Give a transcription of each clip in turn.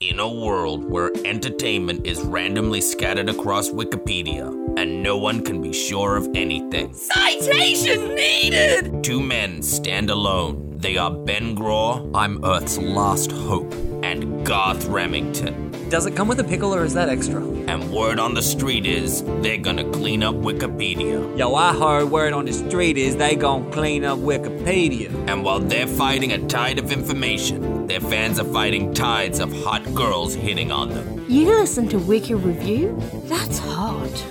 in a world where entertainment is randomly scattered across Wikipedia and no one can be sure of anything. Citation needed! Two men stand alone. They are Ben Graw, I'm Earth's last hope, and Garth Remington. Does it come with a pickle or is that extra? And word on the street is they're gonna clean up Wikipedia. Yo, I heard word on the street is they gon' clean up Wikipedia. And while they're fighting a tide of information, their fans are fighting tides of hot girls hitting on them. You listen to Wiki Review? That's hot.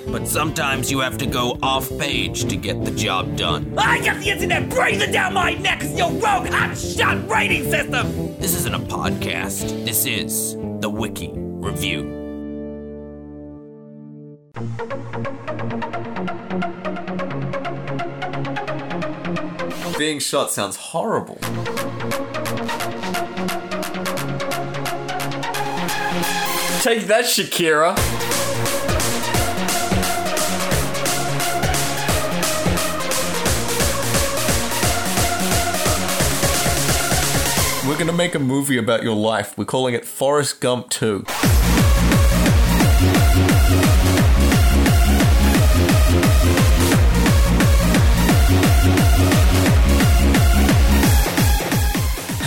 But sometimes you have to go off page to get the job done. I got the internet breathing down my neck as your rogue hot shot rating system! This isn't a podcast, this is the Wiki Review. Being shot sounds horrible. Take that, Shakira. We're going to make a movie about your life. We're calling it Forrest Gump 2.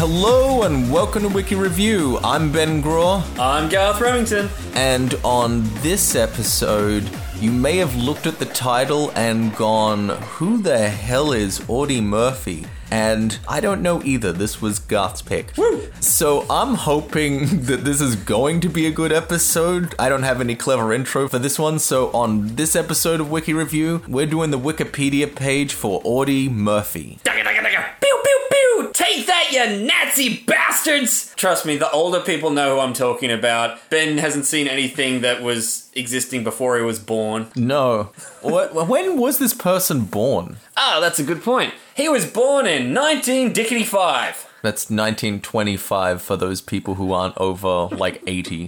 Hello and welcome to Wiki Review. I'm Ben Graw. I'm Garth Remington. And on this episode, you may have looked at the title and gone, Who the hell is Audie Murphy? And I don't know either. This was Garth's pick. So I'm hoping that this is going to be a good episode. I don't have any clever intro for this one. So on this episode of Wiki Review, we're doing the Wikipedia page for Audie Murphy. Dugga, dugga, dugga. Pew, pew, pew. Take that, you Nazi bastards! Trust me, the older people know who I'm talking about. Ben hasn't seen anything that was existing before he was born. No. Wh- when was this person born? Ah, that's a good point. He was born in 19 dickety 5. That's 1925 for those people who aren't over like 80.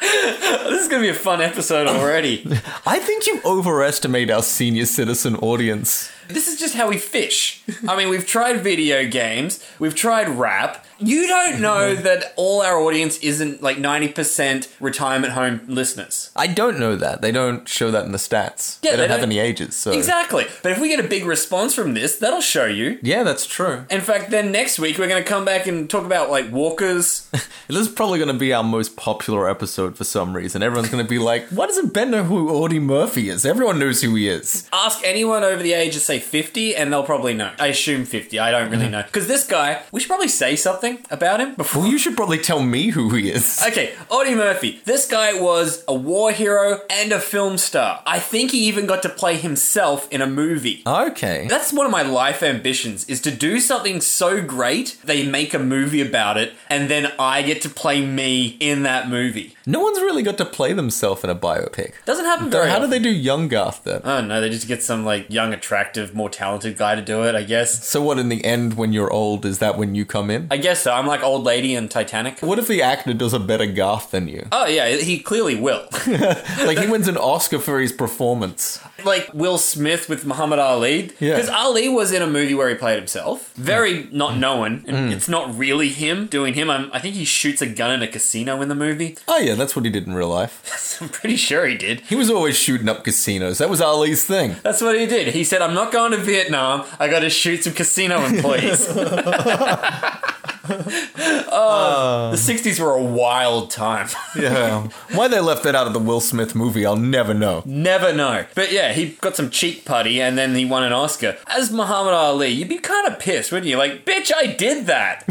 This is gonna be a fun episode already. I think you overestimate our senior citizen audience. this is just how we fish. I mean, we've tried video games, we've tried rap. You don't know that all our audience isn't like 90% retirement home listeners. I don't know that. They don't show that in the stats. Yeah, they they don't have don't- any ages, so. Exactly. But if we get a big response from this, that'll show you. Yeah, that's true. In fact, then next week we're going to come back and talk about like walkers. This is probably going to be our most popular episode for some reason. Everyone's going to be like, why doesn't Ben know who Audie Murphy is? Everyone knows who he is. Ask anyone over the age of say 50 and they'll probably know. I assume 50. I don't really know. Cuz this guy, we should probably say something about him before Well, you should probably tell me who he is. Okay, Audie Murphy. This guy was a war hero and a film star. I think he even got to play himself in a movie. Okay. That's one of my life ambitions is to do something so great they make a movie about it and then I get to play me in that movie. No one's really got to play themselves in a biopic. Doesn't happen Though, very how do often. they do Young Garth then? I don't know. They just get some like young, attractive, more talented guy to do it. I guess. So what in the end when you're old is that when you come in? I guess so. I'm like old lady in Titanic. What if the actor does a better Garth than you? Oh yeah, he clearly will. Like he wins an Oscar for his performance. like Will Smith with Muhammad Ali. Yeah. Because Ali was in a movie where he played himself. Very not known. And It's not really him doing him. i I think he shoots a gun in a casino in the movie. Oh yeah, that's what he did in real life. I'm pretty sure he did. He was always shooting up casinos. That was Ali's thing. That's what he did. He said, I'm not going to Vietnam. I got to shoot some casino employees. oh, Oh, the 60s were a wild time. Yeah. Why they left that out of the Will Smith movie, I'll never know. Never know. But yeah, he got some cheek putty and then he won an Oscar. As Muhammad Ali, you'd be kind of pissed, wouldn't you? Like, bitch, I did that.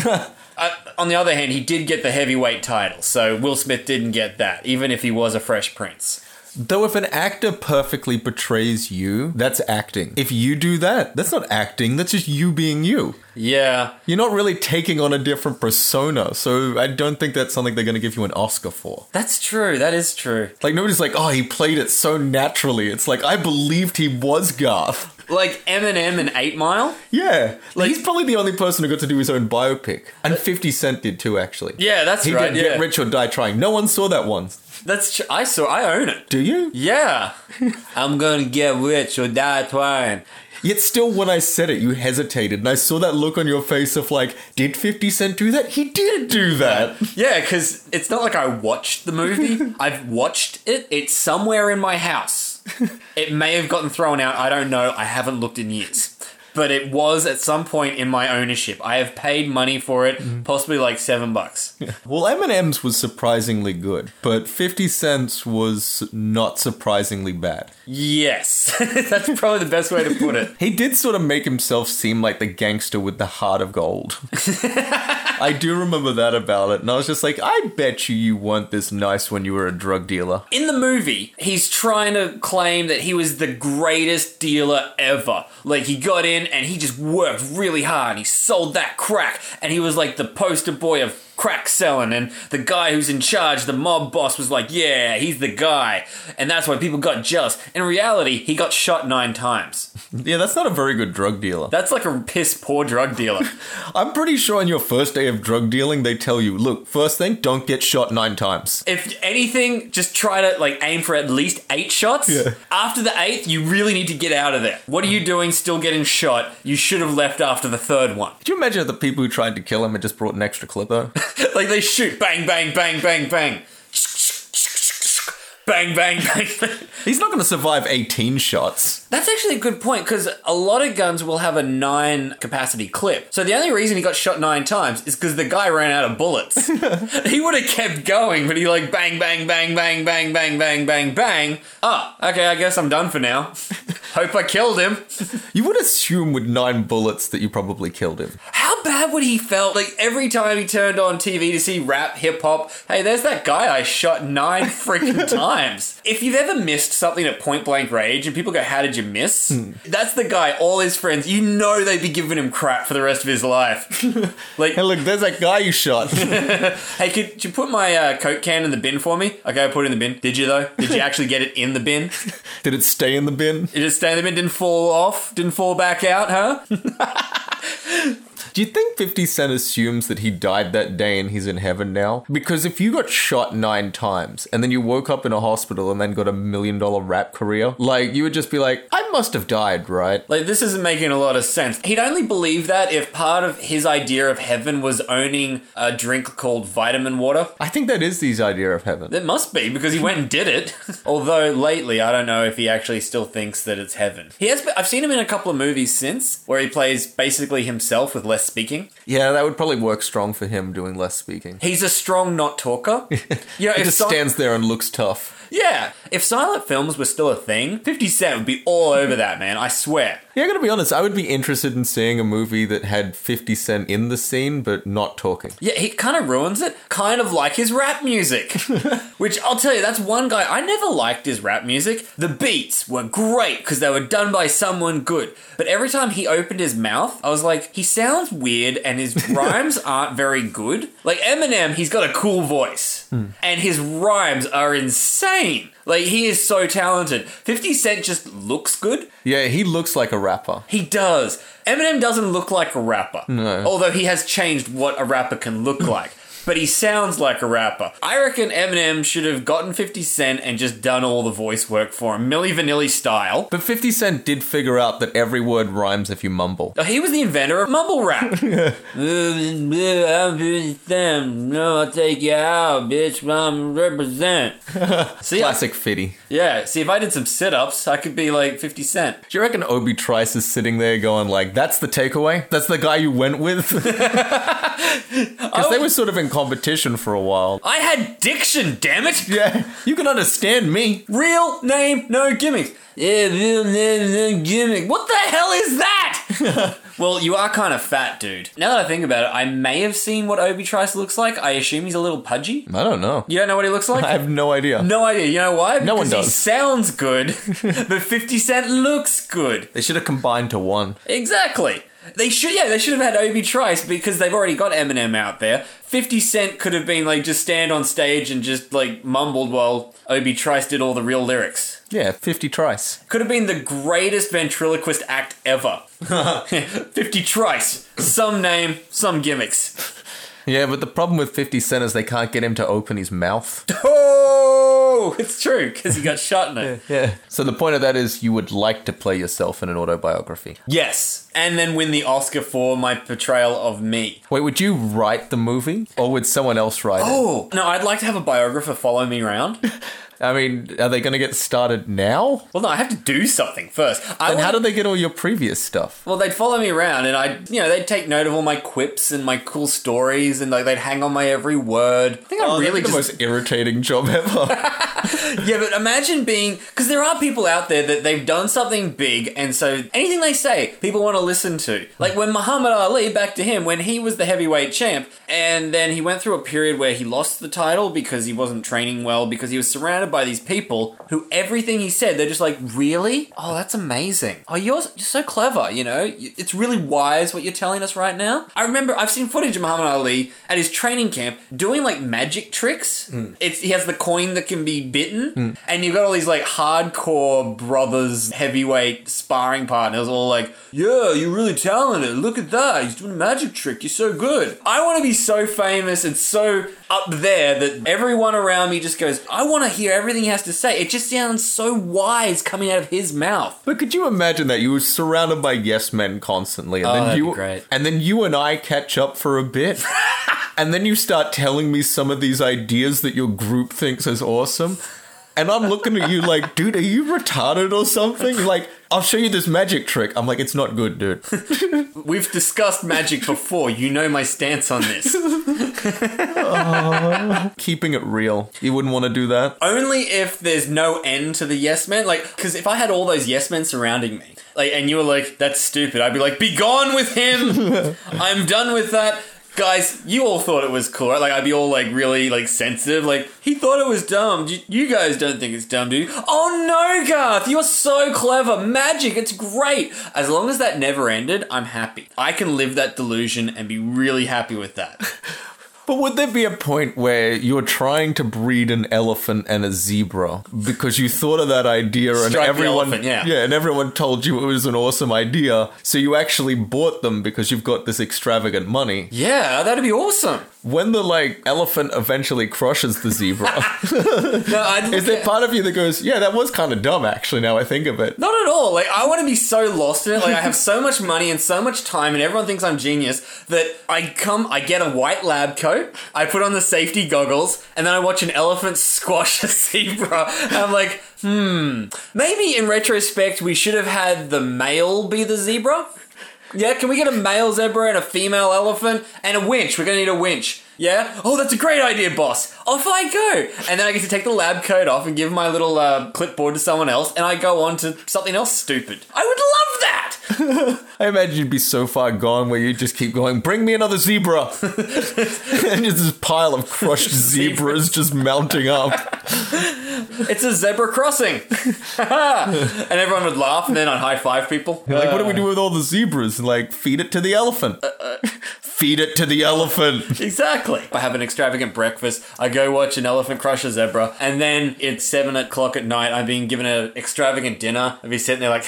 Uh, on the other hand, he did get the heavyweight title, so Will Smith didn't get that, even if he was a fresh prince. Though if an actor perfectly portrays you, that's acting. If you do that, that's not acting, that's just you being you. Yeah, You're not really taking on a different persona, so I don't think that's something they're gonna give you an Oscar for. that's true. That is true. Like nobody's like, oh, he played it so naturally. It's like I believed he was Garth. Like Eminem and Eight Mile. Yeah, like he's probably the only person who got to do his own biopic, and Fifty Cent did too, actually. Yeah, that's he right. did Yeah, Get Rich or Die Trying. No one saw that one. that's. Tr- I saw. I own it. Do you? Yeah, I'm gonna get rich or die trying. Yet still, when I said it, you hesitated, and I saw that look on your face of like, did 50 Cent do that? He did do that. Yeah, because it's not like I watched the movie. I've watched it. It's somewhere in my house. It may have gotten thrown out. I don't know. I haven't looked in years. But it was at some point in my ownership. I have paid money for it, possibly like seven bucks. Well, M&M's was surprisingly good, but 50 Cent's was not surprisingly bad. Yes. That's probably the best way to put it. He did sort of make himself seem like the gangster with the heart of gold. I do remember that about it, and I was just like, I bet you you weren't this nice when you were a drug dealer. In the movie, he's trying to claim that he was the greatest dealer ever. Like, he got in and he just worked really hard. He sold that crack, and he was like the poster boy of crack selling. And the guy who's in charge, the mob boss, was like, Yeah, he's the guy. And that's why people got jealous. In reality, he got shot nine times. Yeah, that's not a very good drug dealer. That's like a piss poor drug dealer. I'm pretty sure on your first day of drug dealing, they tell you, look, first thing, don't get shot nine times. if anything, just try to like aim for at least eight shots. Yeah. After the eighth, you really need to get out of there. What are you doing still getting shot? You should have left after the third one. Could you imagine if the people who tried to kill him had just brought an extra clipper? like they shoot bang bang bang bang bang. Bang bang bang. bang. He's not going to survive 18 shots. That's actually a good point because a lot of guns will have a nine capacity clip. So the only reason he got shot nine times is because the guy ran out of bullets. he would have kept going, but he like bang, bang, bang, bang, bang, bang, bang, bang, bang. Ah, okay, I guess I'm done for now. Hope I killed him. You would assume with nine bullets that you probably killed him. How bad would he felt like every time he turned on TV to see rap, hip hop? Hey, there's that guy I shot nine freaking times. If you've ever missed something at point blank rage and people go, How did you miss? That's the guy, all his friends, you know they'd be giving him crap for the rest of his life. like, Hey, look, there's that guy you shot. hey, could, could you put my uh, Coke can in the bin for me? Okay, I put it in the bin. Did you though? Did you actually get it in the bin? Did it stay in the bin? Did it stay in the bin? Didn't fall off? Didn't fall back out, huh? Do you think 50 Cent assumes that he died that day and he's in heaven now? Because if you got shot nine times and then you woke up in a hospital and then got a million dollar rap career, like, you would just be like, I must have died, right? Like, this isn't making a lot of sense. He'd only believe that if part of his idea of heaven was owning a drink called vitamin water. I think that is his idea of heaven. It must be because he went and did it. Although lately, I don't know if he actually still thinks that it's heaven. He has. Been, I've seen him in a couple of movies since where he plays basically himself with less speaking. Yeah, that would probably work strong for him doing less speaking. He's a strong not talker. You know, He if just some- stands there and looks tough. Yeah, if silent films were still a thing, Fifty Cent would be all over that man. I swear. Yeah, I gotta be honest, I would be interested in seeing a movie that had 50 Cent in the scene but not talking. Yeah, he kind of ruins it, kind of like his rap music. Which I'll tell you, that's one guy I never liked his rap music. The beats were great because they were done by someone good. But every time he opened his mouth, I was like, he sounds weird and his rhymes aren't very good. Like Eminem, he's got a cool voice, and his rhymes are insane. Like, he is so talented. 50 Cent just looks good. Yeah, he looks like a rapper. He does. Eminem doesn't look like a rapper. No. Although he has changed what a rapper can look like. But he sounds like a rapper. I reckon Eminem should have gotten 50 Cent and just done all the voice work for him, Milli Vanilli style. But 50 Cent did figure out that every word rhymes if you mumble. Oh, He was the inventor of mumble rap. no, I'll take you out, bitch. I'm represent. See, Classic Fitty. I, yeah. See, if I did some sit-ups, I could be like 50 Cent. Do you reckon Obi Trice is sitting there going like, "That's the takeaway. That's the guy you went with," because they were sort of in competition for a while. I had diction, damn it. Yeah, you can understand me. Real name, no gimmicks. Yeah, real name, no gimmick. What the hell is that? well, you are kind of fat, dude. Now that I think about it, I may have seen what Obi Trice looks like. I assume he's a little pudgy. I don't know. You don't know what he looks like? I have no idea. no idea. You know why? No one Because He does. sounds good, but 50 Cent looks good. They should have combined to one. Exactly. They should, yeah, they should have had Obi Trice because they've already got Eminem out there. 50 Cent could have been like just stand on stage and just like mumbled while Obi Trice did all the real lyrics. Yeah, fifty Trice. Could have been the greatest ventriloquist act ever. 50 tries, some name, some gimmicks. Yeah, but the problem with Fifty Cent is they can't get him to open his mouth. Oh! no, it's true because he got shot in it. Yeah. So the point of that is you would like to play yourself in an autobiography. Yes, and then win the Oscar for my portrayal of me. Wait, would you write the movie or would someone else write it? Oh no, I'd like to have a biographer follow me around. I mean, are they going to get started now? Well, no, I have to do something first. I And how want- do they get all your previous stuff? Well, they'd follow me around, and I'd, you know, they'd take note of all my quips and my cool stories, and like they'd hang on my every word. I think I really the just most irritating job ever. yeah. But imagine being because there are people out there that they've done something big, and so anything they say, people want to listen to. Like when Muhammad Ali, back to him, when he was the heavyweight champ, and then he went through a period where he lost the title because he wasn't training well, because he was surrounded by these people who everything he said, they're just like, really? Oh, that's amazing. Oh, you're, you're so clever, you know? You- It's really wise what you're telling us right now. I remember I've seen footage of Muhammad Ali at his training camp doing like magic tricks. It's He has the coin that can be bitten, and you've got all these like hardcore brothers, heavyweight sparring partners, all like, yeah, you're really talented. Look at that. He's doing a magic trick. You're so good. I want to be so famous and so up there that everyone around me just goes, I want to hear everything he has to say. It just sounds so wise coming out of his mouth. but could you imagine that you were surrounded by yes men constantly, and Oh, then that'd be you great. and then you and I catch up for a bit. And then you start telling me some of these ideas that your group thinks is awesome. And I'm looking at you like, dude, are you retarded or something? You're like, I'll show you this magic trick. I'm like, it's not good, dude. We've discussed magic before. You know my stance on this. Keeping it real. You wouldn't want to do that. only if there's no end to the yes men. Like, because if I had all those yes men surrounding me, like, and you were like, "That's stupid," I'd be like, "Be gone with him! I'm done with that." Guys, you all thought it was cool, right? Like, I'd be all like really like sensitive. Like, he thought it was dumb. You, you guys don't think it's dumb, do you? Oh no, Garth, you're so clever. Magic, it's great. As long as that never ended, I'm happy. I can live that delusion and be really happy with that. But would there be a point where you're trying to breed an elephant and a zebra because you thought of that idea and Strike the everyone elephant, yeah. and everyone told you it was an awesome idea, so you actually bought them because you've got this extravagant money. Yeah, that'd be awesome. When the like elephant eventually crushes the zebra, No, I'd look is there at- part of you that goes, "Yeah, that was kind of dumb actually now I think of it." Not at all. Like I want to be so lost in it. Like I have so much money and so much time, and everyone thinks I'm genius that I come, I get a white lab coat, I put on the safety goggles, and then I watch an elephant squash a zebra. And I'm like, hmm. Maybe in retrospect, we should have had the male be the zebra. Yeah, can we get a male zebra and a female elephant and a winch? We're gonna need a winch. Yeah? Oh, that's a great idea, boss. Off I go. And then I get to take the lab coat off and give my little uh, clipboard to someone else, and I go on to something else stupid. I would love that. I imagine you'd be so far gone where you just keep going, "Bring me another zebra." and just this pile of crushed zebras just mounting up. It's a zebra crossing. and everyone would laugh, and then I'd high five people. Like, what do we do with all the zebras? Like, feed it to the elephant. feed it to the elephant. Exactly. I have an extravagant breakfast. I go watch an elephant crush a zebra, and then it's seven o'clock at night. I'm being given an extravagant dinner. I'd be sitting there like,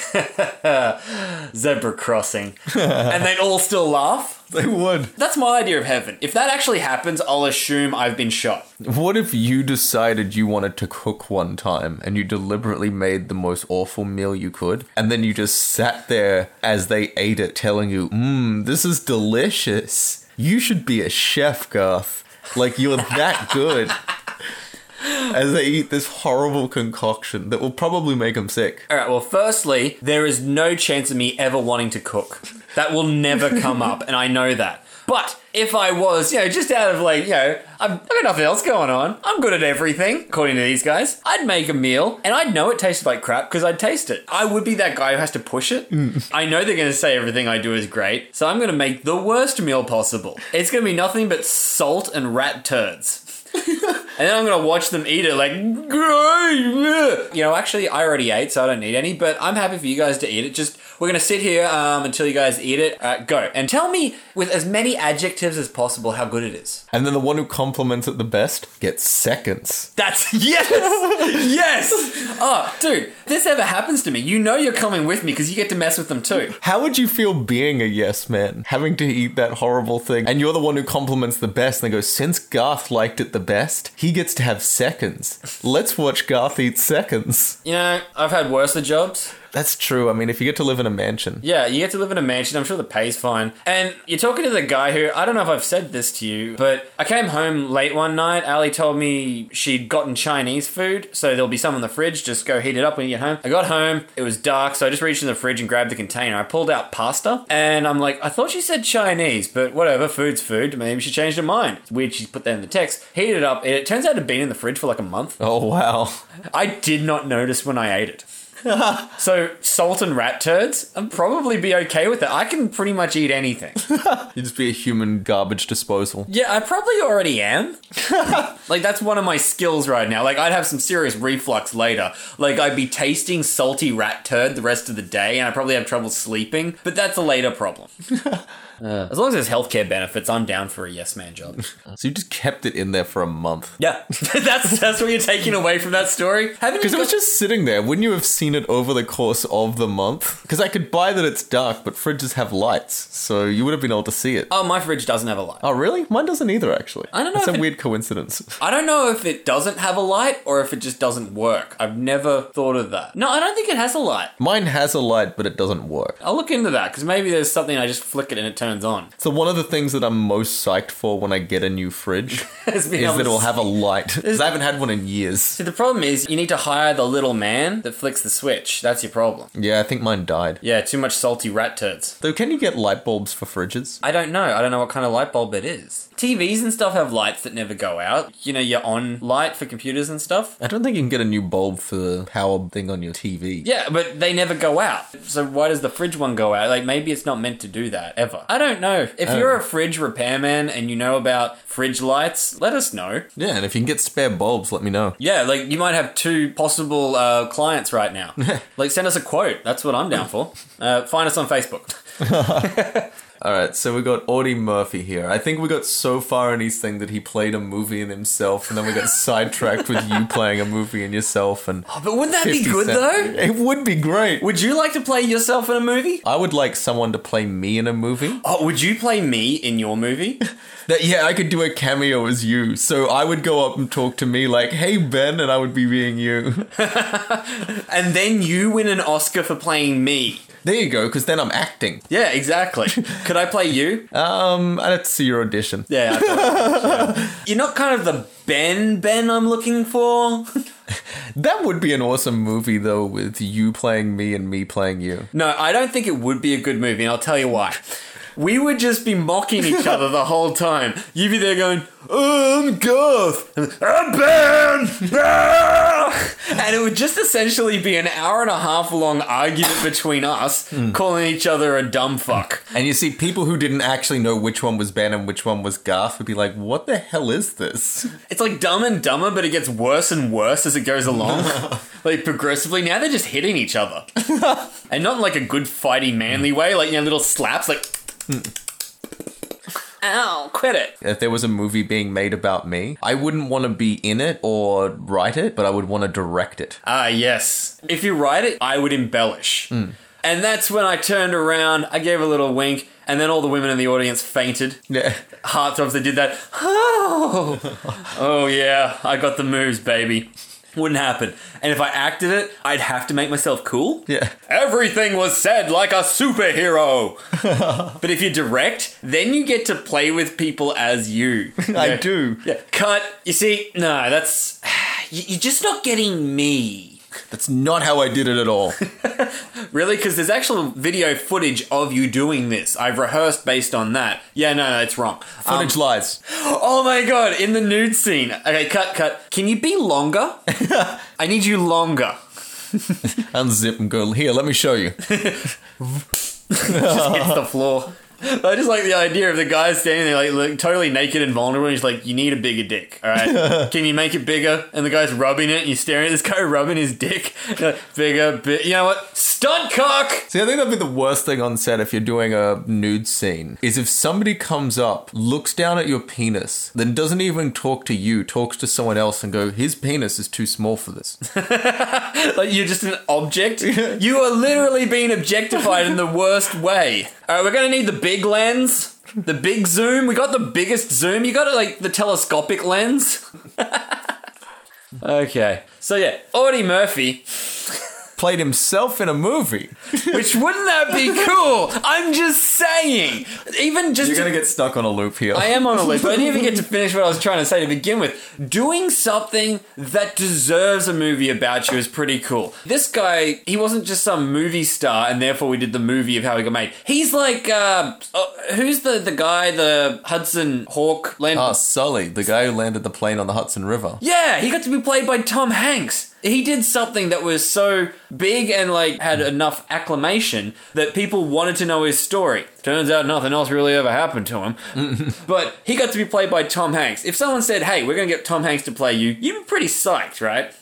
zebra crossing, and they'd all still laugh. they would. That's my idea of heaven. If that actually happens, I'll assume I've been shot. What if you decided you wanted to cook one time and you deliberately made the most awful meal you could, and then you just sat there as they ate it, telling you, mmm, this is delicious. You should be a chef, Garth. Like, you're that good. As they eat this horrible concoction that will probably make them sick. All right, well, firstly, there is no chance of me ever wanting to cook. That will never come up, and I know that. But if I was, you know, just out of like, you know, I've, I've got nothing else going on. I'm good at everything, according to these guys. I'd make a meal, and I'd know it tasted like crap because I'd taste it. I would be that guy who has to push it. I know they're going to say everything I do is great, so I'm going to make the worst meal possible. It's going to be nothing but salt and rat turds. And then I'm gonna watch them eat it like, "Great!" you know. Actually, I already ate, so I don't need any. But I'm happy for you guys to eat it. Just we're gonna sit here um, until you guys eat it. Uh, go and tell me with as many adjectives as possible how good it is. And then the one who compliments it the best gets seconds. That's yes, yes. Oh, dude, if this ever happens to me, you know you're coming with me because you get to mess with them too. How would you feel being a yes man, having to eat that horrible thing, and you're the one who compliments the best and they go, since Garth liked it the best, he gets to have seconds. Let's watch Garth eat seconds. You know, I've had worse jobs. That's true. I mean, if you get to live in a mansion, Yeah, you get to live in a mansion. I'm sure the pay's fine. And you're talking to the guy who, I don't know if I've said this to you, but I came home late one night. Ali told me she'd gotten Chinese food, so there'll be some in the fridge. Just go heat it up when you get home. I got home. It was dark, so I just reached in the fridge and grabbed the container. I pulled out pasta, and I'm like, I thought she said Chinese, but whatever, food's food. Maybe she changed her mind. It's weird she put that in the text. Heated it up. It turns out it had been in the fridge for like a month. oh wow, I did not notice when I ate it. so salt and rat turds, I'd probably be okay with it. I can pretty much eat anything. you'd just be a human garbage disposal. yeah, I probably already am. like that's one of my skills right now. Like I'd have some serious reflux later. Like I'd be tasting salty rat turd the rest of the day, and I probably have trouble sleeping. But that's a later problem. Uh. As long as there's healthcare benefits, I'm down for a yes man job. So you just kept it in there for a month Yeah, that's that's what you're taking away from that story. Haven't you because it was got- just sitting there. Wouldn't you have seen it over the course of the month? Because I could buy that it's dark, but fridges have lights, so you would have been able to see it. Oh, my fridge doesn't have a light. Oh, really? Mine doesn't either, actually. I don't know That's if a it- weird coincidence. I don't know if it doesn't have a light or if it just doesn't work. I've never thought of that. No, I don't think it has a light. Mine has a light, but it doesn't work. I'll look into that because maybe there's something I just flick it and it turns on. So one of the things that I'm most psyched for when I get a new fridge Is is being able that to it'll see- have a light. Because I haven't had one in years. See, the problem is you need to hire the little man that flicks the switch. That's your problem. Yeah, I think mine died. Yeah, too much salty rat turds. Though, can you get light bulbs for fridges? I don't know. I don't know what kind of light bulb it is. TVs and stuff have lights that never go out. You know, your on light for computers and stuff. I don't think you can get a new bulb for the power thing on your TV. Yeah, but they never go out. So why does the fridge one go out? Like maybe it's not meant to do that ever. I don't know. If you're a fridge repairman and you know about fridge lights, let us know. Yeah, and if you can get spare bulbs, let me know. Yeah, like you might have two possible uh, clients right now. like send us a quote. That's what I'm down for. Uh, find us on Facebook. All right, so we got Audie Murphy here. I think we got so far in his thing that he played a movie in himself, and then we got sidetracked with you playing a movie in yourself. And Oh, But wouldn't that be 50 good Cent. though? It would be great. Would you like to play yourself in a movie? I would like someone to play me in a movie. Oh, would you play me in your movie? That yeah, I could do a cameo as you. So I would go up and talk to me like, "Hey Ben," and I would be being you. and then you win an Oscar for playing me. There you go, because then I'm acting. Yeah, exactly. Could I play you? Um, I'd have to see your audition. Yeah. I thought- yeah. You're not kind of the Ben Ben I'm looking for. That would be an awesome movie though, with you playing me and me playing you. No, I don't think it would be a good movie, and I'll tell you why. We would just be mocking each other the whole time. You'd be there going, um, Garth, I'm Ben, Ah!" and it would just essentially be an hour and a half long argument between us, calling each other a dumb fuck. And you see, people who didn't actually know which one was Ben and which one was Garth would be like, "What the hell is this?" It's like Dumb and Dumber, but it gets worse and worse as it goes along. like progressively, now they're just hitting each other, and not in like a good fighty manly way. Like you know, little slaps, like. Ow, quit it. If there was a movie being made about me, I wouldn't want to be in it or write it, but I would want to direct it. Ah, yes. If you write it, I would embellish. And that's when I turned around, I gave a little wink, and then all the women in the audience fainted. Yeah. Heartthrobs, they did that. Oh, oh yeah, I got the moves, baby. Wouldn't happen. And if I acted it, I'd have to make myself cool. Yeah. Everything was said like a superhero. but if you direct, then you get to play with people as you. I do. Yeah. Cut. You see, no, that's. you- You're just not getting me. That's not how I did it at all. Really? Because there's actual video footage of you doing this. I've rehearsed based on that. Yeah, no, no, it's wrong. Um, Footage lies. oh my god, in the nude scene. Okay, cut, cut. Can you be longer? I need you longer. Unzip and go, here, let me show you. Just hits the floor. I just like the idea of the guy standing there, like, look, totally naked and vulnerable. And he's like, "You need a bigger dick, all right? Can you make it bigger?" And the guy's rubbing it, and you're staring at this guy rubbing his dick, You're like, bigger, bit. You know what? Stunt cock. See, I think that'd be the worst thing on set if you're doing a nude scene is if somebody comes up, looks down at your penis, then doesn't even talk to you, talks to someone else and go, his penis is too small for this. Like you're just an object. You are literally being objectified in the worst way. All right, we're gonna need the big lens, the big zoom. We got the biggest zoom. You got like the telescopic lens. Okay. So yeah, Audie Murphy, Played himself in a movie. which wouldn't that be cool? I'm just saying. Even just You're gonna get stuck on a loop here. I am on a list, but I didn't even get to finish what I was trying to say to begin with. Doing something that deserves a movie about you is pretty cool. This guy, he wasn't just some movie star, and therefore we did the movie of how he got made. He's like, uh, uh, who's the, the guy, the Hudson Hawk land? Ah, Sully, the guy who landed the plane on the Hudson River. Yeah, he got to be played by Tom Hanks. He did something that was so big and like had enough acclamation that people wanted to know his story. Turns out nothing else really ever happened to him. but he got to be played by Tom Hanks. If someone said, "Hey, we're going to get Tom Hanks to play you," you'd be pretty psyched, right?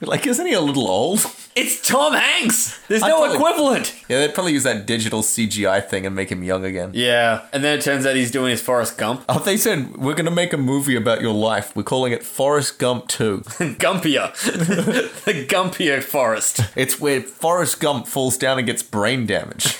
Like, isn't he a little old? It's Tom Hanks. There's I no probably- equivalent. Yeah, they'd probably use that digital CGI thing and make him young again. Yeah, and then it turns out he's doing his Forrest Gump. Oh, they said, we're gonna make a movie about your life. We're calling it Forrest Gump 2. Gumpier. the Gumpier Forrest. It's where Forrest Gump falls down and gets brain damage.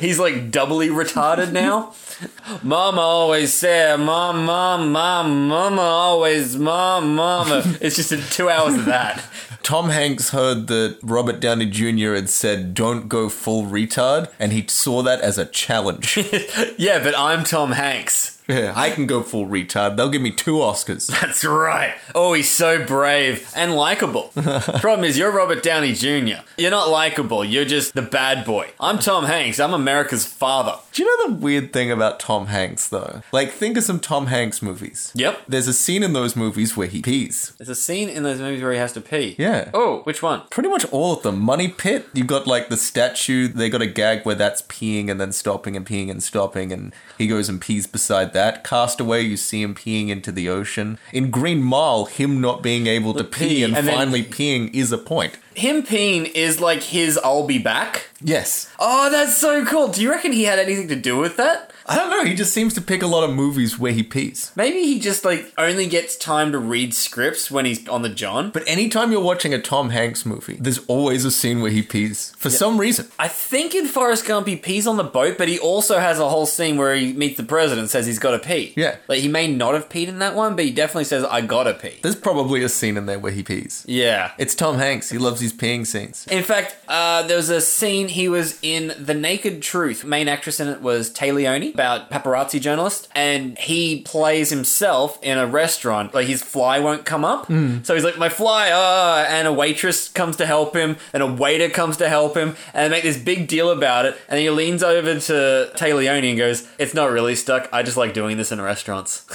He's like doubly retarded now. mama always said, "Mom, mom, mom, mama always, mom, mama." It's just in two hours of that. Tom Hanks heard that Robert Downey Jr. had said, don't go full retard, and he saw that as a challenge. Yeah, but I'm Tom Hanks. yeah, I can go full retard. They'll give me two Oscars. That's right. Oh, he's so brave and likable. Problem is, you're Robert Downey Jr. You're not likable. You're just the bad boy. I'm Tom Hanks. I'm America's father. Do you know the weird thing about Tom Hanks, though? Like, think of some Tom Hanks movies. Yep. There's a scene in those movies where he pees. There's a scene in those movies where he has to pee. Yeah. Oh, which one? Pretty much all of them. Money Pit, you've got like the statue, they got a gag where that's peeing and then stopping and peeing and stopping, and he goes and pees beside that. Castaway, you see him peeing into the ocean. In Green Mile, him not being able to pee, pee, and, and then- finally peeing is a point. Him peeing is like his "I'll be back." Yes. Oh, that's so cool. Do you reckon he had anything to do with that? I don't know, he just seems to pick a lot of movies where he pees. Maybe he just like only gets time to read scripts when he's on the John. But But anytime you're watching a Tom Hanks movie, there's always a scene where he pees for some reason. I think in Forrest Gump he pees on the boat, but he also has a whole scene where he meets the president and says he's got to pee. Yeah. Like he may not have peed in that one, but he definitely says I got to pee. There's probably a scene in there where he pees. Yeah. It's Tom Hanks, he loves his peeing scenes. In fact, uh, there was a scene he was in The Naked Truth. Main actress in it was Tay Leone, about paparazzi journalist, and he plays himself in a restaurant. Like his fly won't come up, so he's like, "My fly!" Uh, and a waitress comes to help him, and a waiter comes to help him, and they make this big deal about it. And he leans over to Tay Leone and goes, "It's not really stuck. I just like doing this in restaurants."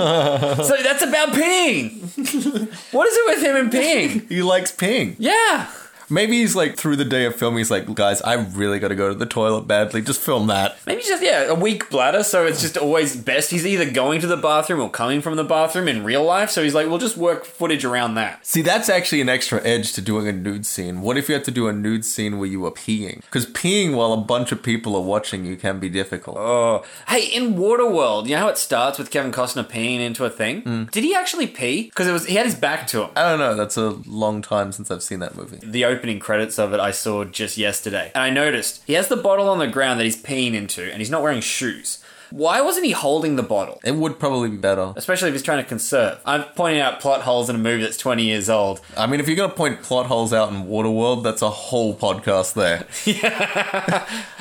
so that's about peeing. what is it with him and peeing? He likes peeing. Yeah. Maybe he's like through the day of film, he's like, guys, I really got to go to the toilet badly. Just film that. Maybe just yeah, a weak bladder, so it's just always best. He's either going to the bathroom or coming from the bathroom in real life, so he's like, we'll just work footage around that. See, that's actually an extra edge to doing a nude scene. What if you had to do a nude scene where you were peeing? Because peeing while a bunch of people are watching you can be difficult. Oh. Hey, in Waterworld, you know how it starts with Kevin Costner peeing into a thing? Did he actually pee? Because it was he had his back to him. I don't know. That's a long time since I've seen that movie. The opening credits of it I saw just yesterday, and I noticed he has the bottle on the ground that he's peeing into, and he's not wearing shoes. Why wasn't he holding the bottle? It would probably be better. Especially if he's trying to conserve. I'm pointing out plot holes in a movie that's 20 years old. I mean, if you're going to point plot holes out in Waterworld, that's a whole podcast there.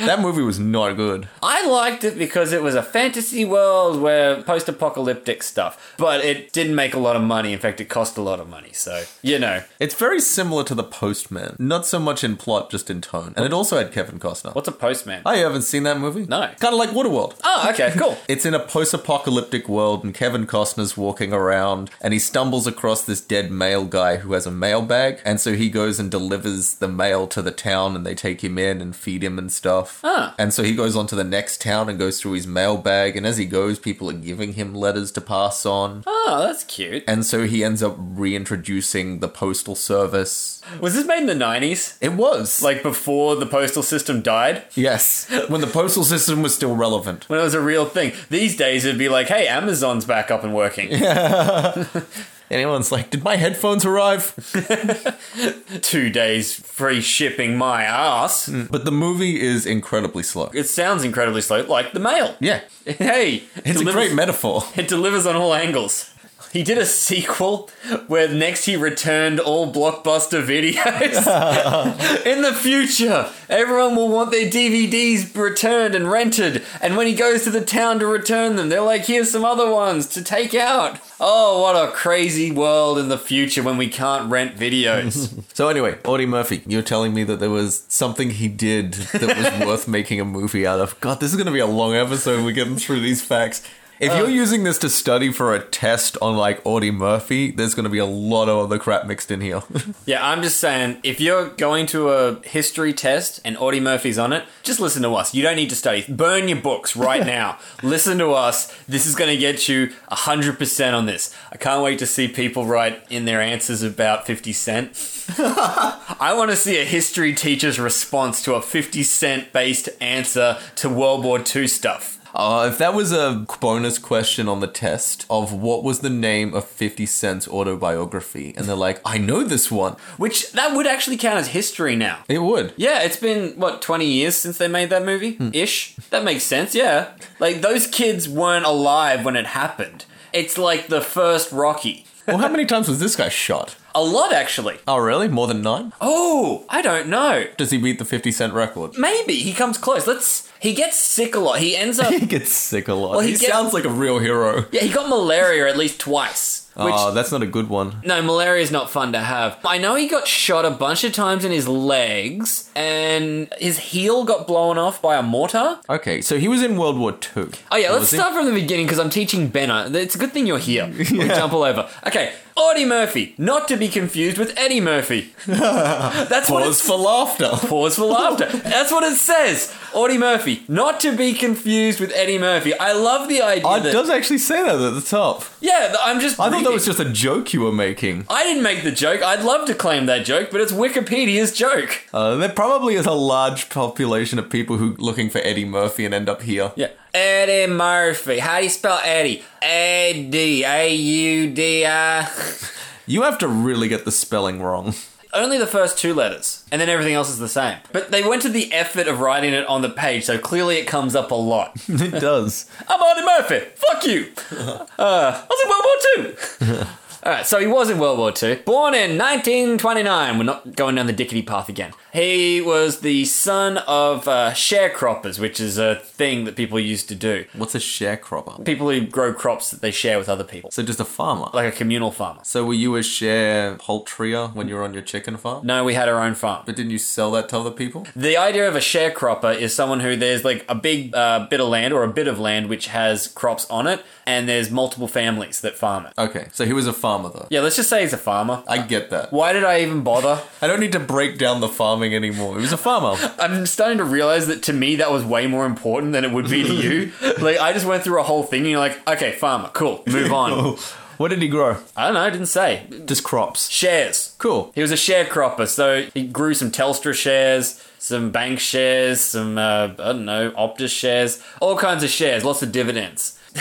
that movie was not good. I liked it because it was a fantasy world where post apocalyptic stuff, but it didn't make a lot of money. In fact, it cost a lot of money. So, you know. It's very similar to The Postman. Not so much in plot, just in tone. And it also had Kevin Costner. What's a postman? Oh, you haven't seen that movie? No. Kind of like Waterworld. Oh, okay, cool. It's in a post apocalyptic world, and Kevin Costner's walking around, and he stumbles across this dead male guy who has a mailbag. And so he goes and delivers the mail to the town, and they take him in and feed him and stuff. Ah. And so he goes on to the next town and goes through his mailbag. And as he goes, people are giving him letters to pass on. Oh, that's cute. And so he ends up reintroducing the postal service. Was this made in the 90s? It was. Like before the postal system died? yes. When the postal system was still relevant. When it was a real thing. These days it'd be like, hey, Amazon's back up and working. Anyone's like, did my headphones arrive? Two days free shipping my ass. But the movie is incredibly slow. It sounds incredibly slow, like the mail. Yeah. Hey, It's a great metaphor. it delivers on all angles. He did a sequel where next he returned all blockbuster videos. In the future, everyone will want their DVDs returned and rented, and when he goes to the town to return them, they're like, here's some other ones to take out. Oh, what a crazy world in the future when we can't rent videos. So anyway, Audie Murphy, you're telling me that there was something he did that was worth making a movie out of. God, this is going to be a long episode. We're getting through these facts. If you're using this to study for a test on like Audie Murphy, there's going to be a lot of other crap mixed in here. yeah, I'm just saying, if you're going to a history test and Audie Murphy's on it, just listen to us. You don't need to study. Burn your books right now. listen to us. This is going to get you 100% on this. I can't wait to see people write in their answers about 50 Cent. I want to see a history teacher's response to a 50 Cent based answer to World War II stuff. uh, if that was a bonus question on the test of what was the name of 50 Cent's autobiography, and they're like, I know this one, Which, that would actually count as history now. it would. Yeah, it's been what twenty years since they made that movie ish. That makes sense. Yeah, like those kids weren't alive when it happened. It's like the first Rocky. Well, how many times was this guy shot? A lot actually. Oh, really? More than nine? Oh, I don't know. Does he beat the 50 Cent record? Maybe he comes close. Let's. He gets sick a lot. He ends up. He gets sick a lot. Well, he he gets- sounds like a real hero. yeah, he got malaria at least twice. Which Oh, that's not a good one. No, malaria is not fun to have. I know he got shot a bunch of times in his legs, and his heel got blown off by a mortar. Okay, so he was in World War II. Oh yeah, let's Was he? start from the beginning because I'm teaching Benner. It's a good thing you're here. We jump all over. Okay, Audie Murphy, not to be confused with Eddie Murphy. That's what Pause it's for laughter. pause for laughter. That's what it says. Audie Murphy, not to be confused with Eddie Murphy. I love the idea Oh, it that does actually say that at the top. yeah, th- I'm just. I thought that reading. was just a joke you were making. I didn't make the joke. I'd love to claim that joke, but it's Wikipedia's joke. Uh, there probably is a large population of people who looking for Eddie Murphy and end up here. Yeah. Eddie Murphy. How do you spell Eddie? A D A U D I. You have to really get the spelling wrong. Only the first two letters, and then everything else is the same. But they went to the effort of writing it on the page, so clearly it comes up a lot. it does. I'm Artie Murphy. Fuck you. Uh, I was in World War Two. All right, so he was in World War II. Born in 1929. We're not going down the dickety path again. He was the son of uh, sharecroppers, which is a thing that people used to do. What's a sharecropper? People who grow crops that they share with other people, So just a farmer. like a communal farmer. so were you a share poultrier when you were on your chicken farm? No, we had our own farm. But didn't you sell that to other people? The idea of a sharecropper is someone who there's like a big uh, bit of land or a bit of land which has crops on it, and there's multiple families that farm it. Okay, so he was a farmer though. Yeah, let's just say he's a farmer. I get that. Why did I even bother? I don't need to break down the farming anymore. He was a farmer. I'm starting to realize that to me that was way more important than it would be to you. like I just went through a whole thing, and you're like, okay, farmer, cool, move on. what did he grow? I don't know, I didn't say Just crops. shares. Cool. He was a sharecropper, so he grew some Telstra shares, some bank shares, some, uh, I don't know, Optus shares, all kinds of shares, lots of dividends.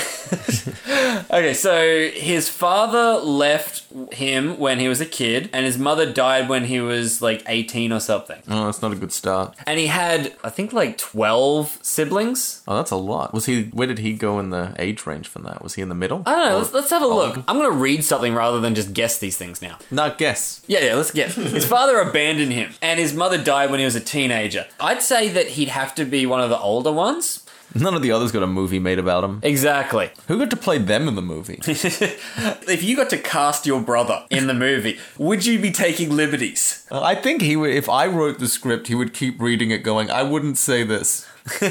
okay, so his father left him when he was a kid, and his mother died when he was like 18 or something. Oh, that's not a good start. And he had, I think, like 12 siblings. Oh, that's a lot. Was he? Where did he go in the age range from that? Was he in the middle? I don't know, let's, let's have a Oh. look. I'm gonna read something rather than just guess these things now. Not guess. Yeah, yeah, let's guess. His father abandoned him, and his mother died when he was a teenager. I'd say that he'd have to be one of the older ones. None of the others got a movie made about him. Exactly. Who got to play them in the movie? If you got to cast your brother in the movie, would you be taking liberties? Uh, I think he would. If I wrote the script, he would keep reading it, going, "I wouldn't say this."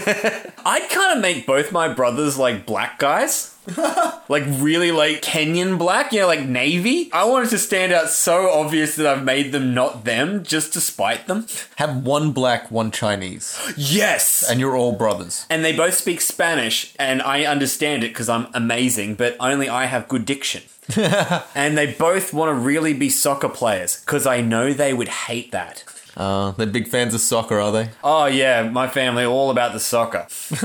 I'd kind of make both my brothers like black guys. like really like Kenyan black, you know, like navy. I wanted to stand out so obvious that I've made them not them just to spite them. Have one black, one Chinese, Yes. and you're all brothers. And they both speak Spanish, and I understand it because I'm amazing, but only I have good diction. Uh, and they both want to really be soccer players because I know they would hate that. Uh, they're big fans of soccer, are they? Oh yeah, my family all about the soccer.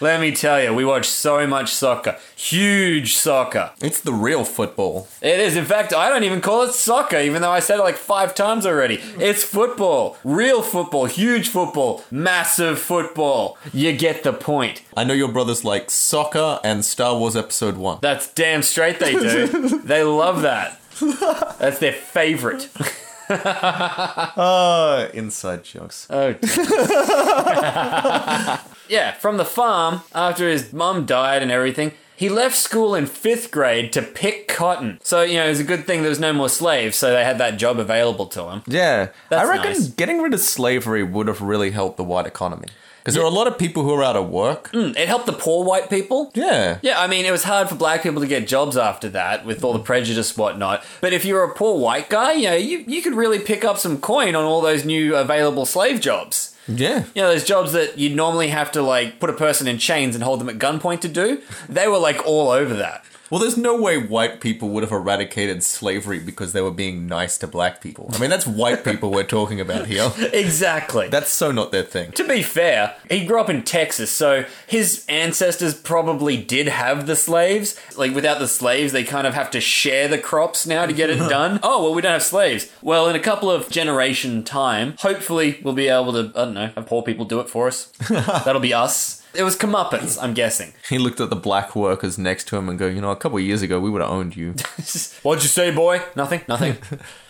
Let me tell you, we watch so much soccer, huge soccer. It's the real football. It is. In fact, I don't even call it soccer, even though I said it like five times already. It's football, real football, huge football, massive football. You get the point. I know your brothers like soccer and Star Wars Episode 1. That's damn straight they do. they love that. That's their favorite. Uh, inside jokes. Oh. yeah, from the farm after his mum died and everything. He left school in fifth grade to pick cotton. So, you know, it was a good thing there was no more slaves, so they had that job available to him. Yeah, That's I reckon nice. getting rid of slavery would have really helped the white economy because there are a lot of people who are out of work. Hmm, It helped the poor white people. Yeah, Yeah, I mean, it was hard for black people to get jobs after that with all the prejudice and whatnot. But if you were a poor white guy, you know, you, you could really pick up some coin on all those new available slave jobs. yeah. You know, those jobs that you'd normally have to, like, put a person in chains and hold them at gunpoint to do, they were, like, all over that. Well, there's no way white people would have eradicated slavery because they were being nice to black people. I mean, that's white people we're talking about here. Exactly. That's so not their thing. to be fair, he grew up in Texas, so his ancestors probably did have the slaves. Like, without the slaves, they kind of have to share the crops now to get it done. Oh, well, we don't have slaves. Well, in a couple of generation time, hopefully we'll be able to, I don't know, have poor people do it for us. That'll be us. It was comeuppance, I'm guessing. He looked at the black workers next to him and go, "You know, a couple of years ago we would have owned you." What'd you say, boy? Nothing, nothing.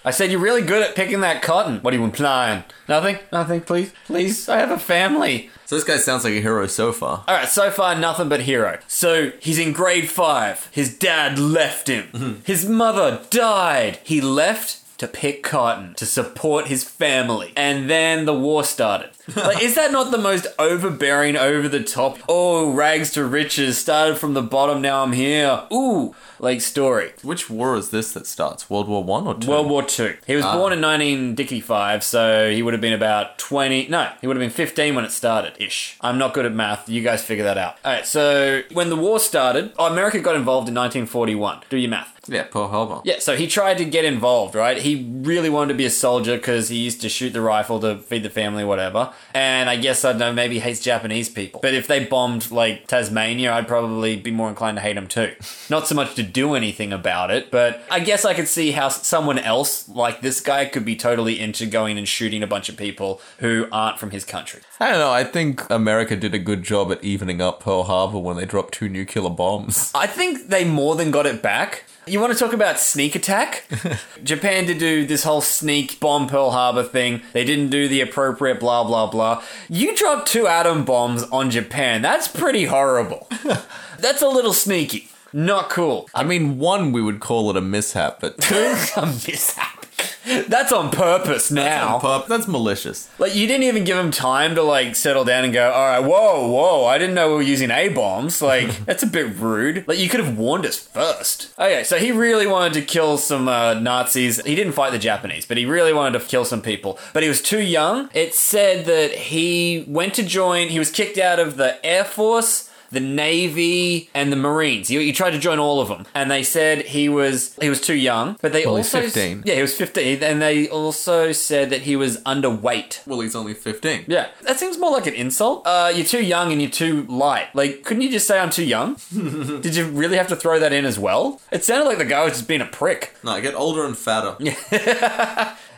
I said, you're really good at picking that cotton. What are you implying? Nothing, nothing, please, please. I have a family. so this guy sounds like a hero so far. All right, so far nothing but hero. So he's in grade five. His dad left him. His mother died. He left to pick cotton to support his family, and then the war started. like, is that not the most overbearing, over the top? Oh, rags to riches. Started from the bottom. Now I'm here. Ooh, like story. Which war is this that starts? World War One or two? World War Two. Ah. He was born in 1955, so he would have been about 20. No, he would have been 15 when it started, ish. I'm not good at math. You guys figure that out. All right. So when the war started, oh, America got involved in 1941. Do your math. yeah, Pearl Harbor. Yeah, so he tried to get involved, right? He really wanted to be a soldier because he used to shoot the rifle to feed the family, whatever. And I guess I don't know, maybe he hates Japanese people. But if they bombed like Tasmania, I'd probably be more inclined to hate them too. Not so much to do anything about it, but I guess I could see how s- someone else like this guy could be totally into going and shooting a bunch of people who aren't from his country. I don't know. I think America did a good job at evening up Pearl Harbor when they dropped two nuclear bombs. I think they more than got it back. You want to talk about sneak attack? Japan did do this whole sneak bomb Pearl Harbor thing. They didn't do the appropriate blah blah blah. You dropped two atom bombs on Japan. That's pretty horrible. That's a little sneaky. Not cool. I mean, one we would call it a mishap, but two, A mishap. That's on purpose now. pup, that's malicious. Like you didn't even give him time to like settle down and go, all right, whoa, whoa, I didn't know we were using A bombs. Like that's a bit rude. Like you could have warned us first. Okay, so he really wanted to kill some uh, Nazis. He didn't fight the Japanese, but he really wanted to kill some people. But he was too young. It said that he went to join. He was kicked out of the Air Force the Navy and the Marines. He, he tried to join all of them, and they said he was he was too young. But they Well, he's also 15. yeah he was fifteen, and they also said that he was underweight. Well, he's only 15. Yeah, that seems more like an insult. Uh, you're too young and you're too light. Like, couldn't you just say I'm too young? Did you really have to throw that in as well? It sounded like the guy was just being a prick. No, get older and fatter. Yeah.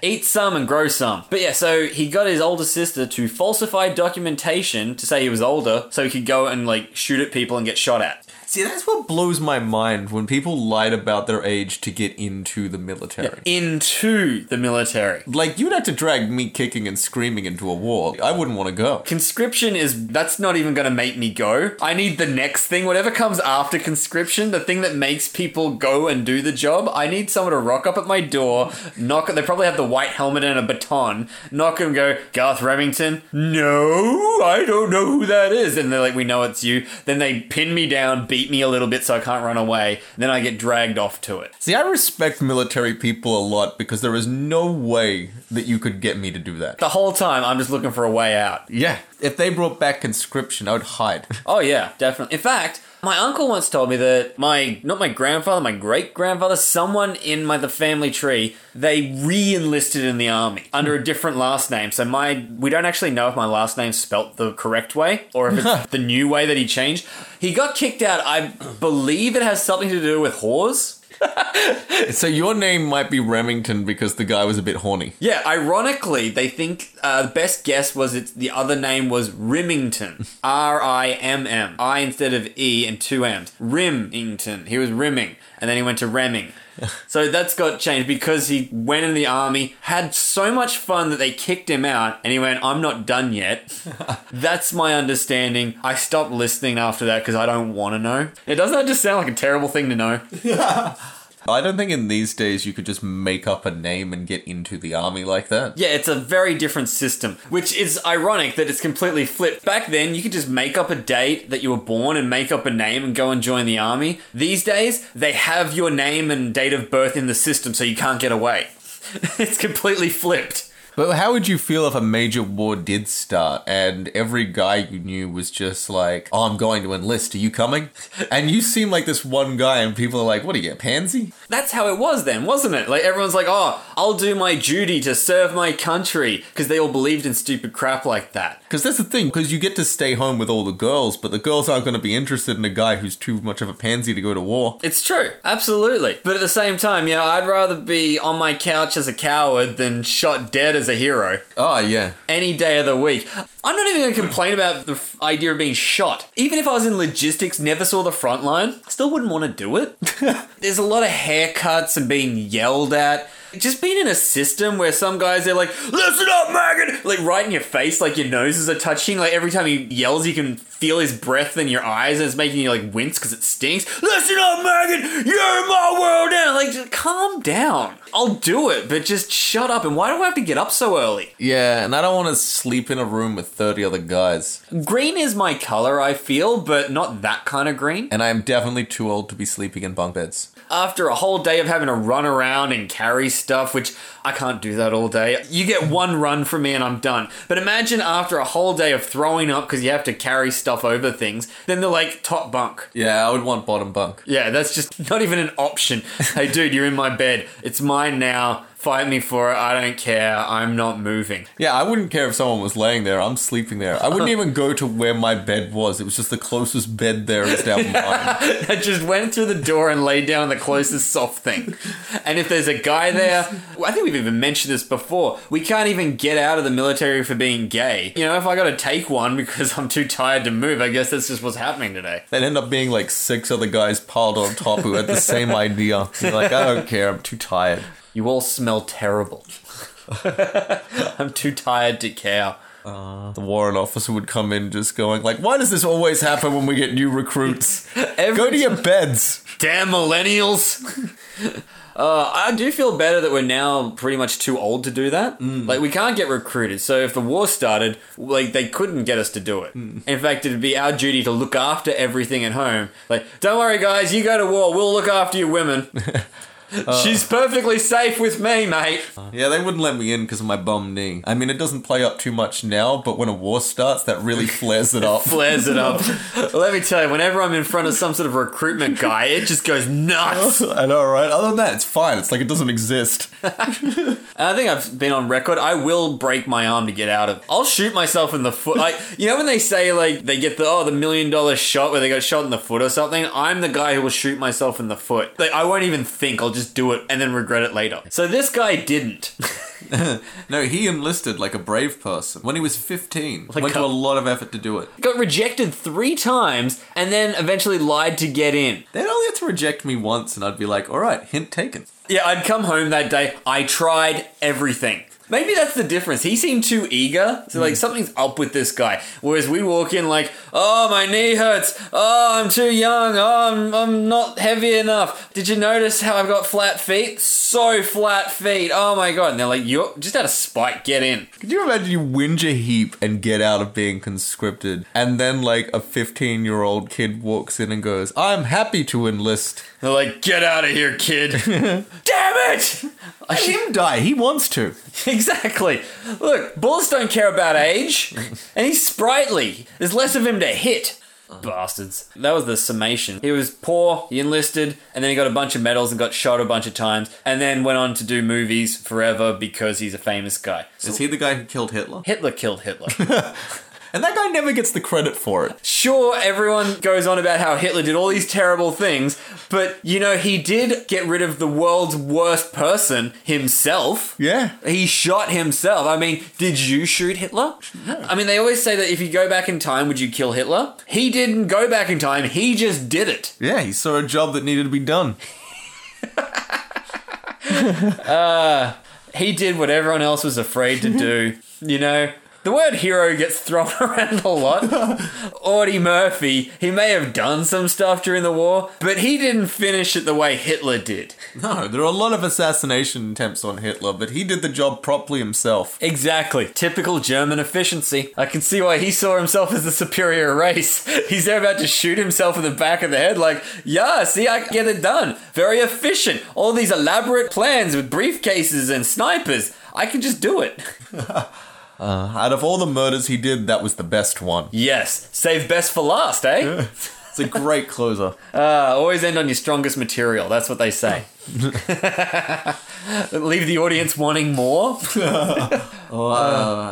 Eat some and grow some. But yeah, so he got his older sister to falsify documentation to say he was older, so he could go and like shoot at people and get shot at. See, that's what blows my mind when people lied about their age to get into the military. into the military. Like, you'd have to drag me kicking and screaming into a war. I wouldn't want to go. Conscription is that's not even going to make me go. I need the next thing, whatever comes after conscription, the thing that makes people go and do the job. I need someone to rock up at my door, knock. They probably have the white helmet and a baton. Knock and go, Garth Remington. No, I don't know who that is. And they're like, we know it's you. Then they pin me down, beat me a little bit so I can't run away. Then I get dragged off to it. See, I respect military people a lot because there is no way that you could get me to do that. The whole time, I'm just looking for a way out. Yeah. If they brought back conscription, I would hide. Oh yeah, definitely. In fact, My uncle once told me that my not my grandfather, my great grandfather, someone in my the family tree, they re-enlisted in the army under a different last name. So my we don't actually know if my last name's spelt the correct way or if it's the new way that he changed. He got kicked out. I believe it has something to do with whores. So your name might be Remington because the guy was a bit horny. Yeah, ironically, they think uh, the best guess was it's the other name was Rimmington. R I M M. I instead of E and two M's. Rimmington. He was rimming. And then he went to Remming. so that's got changed because he went in the army, had so much fun that they kicked him out, and he went, I'm not done yet. that's my understanding. I stopped listening after that because I don't want to know. It doesn't that just sound like a terrible thing to know? I don't think in these days you could just make up a name and get into the army like that. Yeah, it's a very different system, which is ironic that it's completely flipped. Back then, you could just make up a date that you were born and make up a name and go and join the army. These days, they have your name and date of birth in the system, so you can't get away. it's completely flipped. But how would you feel if a major war did start and every guy you knew was just like, oh, I'm going to enlist, are you coming? And you seem like this one guy and people are like, what are you, a pansy? That's how it was then, wasn't it? Like everyone's like, "Oh, I'll do my duty to serve my country," because they all believed in stupid crap like that. Because that's the thing, because you get to stay home with all the girls, but the girls aren't going to be interested in a guy who's too much of a pansy to go to war. It's true, absolutely. But at the same time, yeah, I'd rather be on my couch as a coward than shot dead as a hero. Oh, yeah. any day of the week. I'm not even going to complain about the f- idea of being shot. Even if I was in logistics, never saw the front line, I still wouldn't want to do it. There's a lot of haircuts and being yelled at. Just being in a system where some guys they're like, "Listen up, maggot!" like right in your face, like your noses are touching. Like every time he yells, you can feel his breath in your eyes, and it's making you like wince because it stinks. Listen up, maggot! You're in my world now. Like, just calm down. I'll do it, but just shut up. And why do I have to get up so early? Yeah, and I don't want to sleep in a room with 30 other guys. Green is my color, I feel, but not that kind of green. And I am definitely too old to be sleeping in bunk beds. After a whole day of having to run around and carry stuff, which I can't do that all day, you get one run from me and I'm done. But imagine after a whole day of throwing up because you have to carry stuff over things, then they're like top bunk. Yeah, I would want bottom bunk. Yeah, that's just not even an option. hey, dude, you're in my bed. It's mine now. Fight me for it. I don't care. I'm not moving. Yeah, I wouldn't care if someone was laying there. I'm sleeping there. I wouldn't even go to where my bed was. It was just the closest bed there is down mine. I just went through the door and laid down the closest soft thing. And if there's a guy there, I think we've even mentioned this before. We can't even get out of the military for being gay. You know, if I got to take one because I'm too tired to move, I guess that's just what's happening today. They'd end up being like six other guys piled on top who had the same idea. You're like, I don't care. I'm too tired. You all smell terrible. I'm too tired to care. The warrant officer would come in just going like, why does this always happen when we get new recruits? Every Go to your beds. Damn millennials. Uh, I do feel better that we're now pretty much too old to do that. Like we can't get recruited, so if the war started, like they couldn't get us to do it. In fact, it'd be our duty to look after everything at home. Like, don't worry, guys, you go to war, we'll look after you, women. She's perfectly safe with me, mate. Yeah, they wouldn't let me in because of my bum knee. I mean, it doesn't play up too much now, but when a war starts, that really flares it up. Flares it up. Let me tell you, whenever I'm in front of some sort of recruitment guy, it just goes nuts. I know, right? Other than that, it's fine. It's like it doesn't exist. I think I've been on record. I will break my arm to get out of. I'll shoot myself in the foot. Like you know when they say like they get the oh the million dollar shot where they got shot in the foot or something. I'm the guy who will shoot myself in the foot. Like I won't even think. I'll just do it and then regret it later. So this guy didn't. No, he enlisted like a brave person when he was 15. Like Went a- to a lot of effort to do it. got rejected three times and then eventually lied to get in. They'd only have to reject me once, and I'd be like, all right, hint taken. Yeah, I'd come home that day. I tried everything. Maybe that's the difference. He seemed too eager. So, like, something's up with this guy. Whereas we walk in, like, oh, my knee hurts. Oh, I'm too young. Oh, I'm, I'm not heavy enough. Did you notice how I've got flat feet? So flat feet. Oh, my God. And they're like, you're just out of spite. Get in. Could you imagine you whinge a heap and get out of being conscripted, and then like a 15 year old kid walks in and goes, I'm happy to enlist. They're like, get out of here, kid. Damn it. I Let should- him die. He wants to. Exactly. Look, bullets don't care about age, and he's sprightly. There's less of him to hit. Oh. Bastards. That was the summation. He was poor, he enlisted, and then he got a bunch of medals and got shot a bunch of times, and then went on to do movies forever because he's a famous guy. So Is he the guy who killed Hitler? Hitler killed Hitler. And that guy never gets the credit for it. Sure, everyone goes on about how Hitler did all these terrible things, but you know, he did get rid of the world's worst person himself. Yeah. He shot himself. I mean, did you shoot Hitler? I mean, they always say that if you go back in time, would you kill Hitler? He didn't go back in time, he just did it. Yeah, he saw a job that needed to be done. He did what everyone else was afraid to do, you know? The word hero gets thrown around a lot. Audie Murphy, he may have done some stuff during the war, but he didn't finish it the way Hitler did. No, there are a lot of assassination attempts on Hitler, but he did the job properly himself. Exactly. Typical German efficiency. I can see why he saw himself as the superior race. He's there about to shoot himself in the back of the head, like, yeah, see, I can get it done. Very efficient. All these elaborate plans with briefcases and snipers. I can just do it. Out of all the murders he did, that was the best one. Yes. Save best for last, eh? It's a great closer. Uh, always end on your strongest material. That's what they say. Leave the audience wanting more. Uh,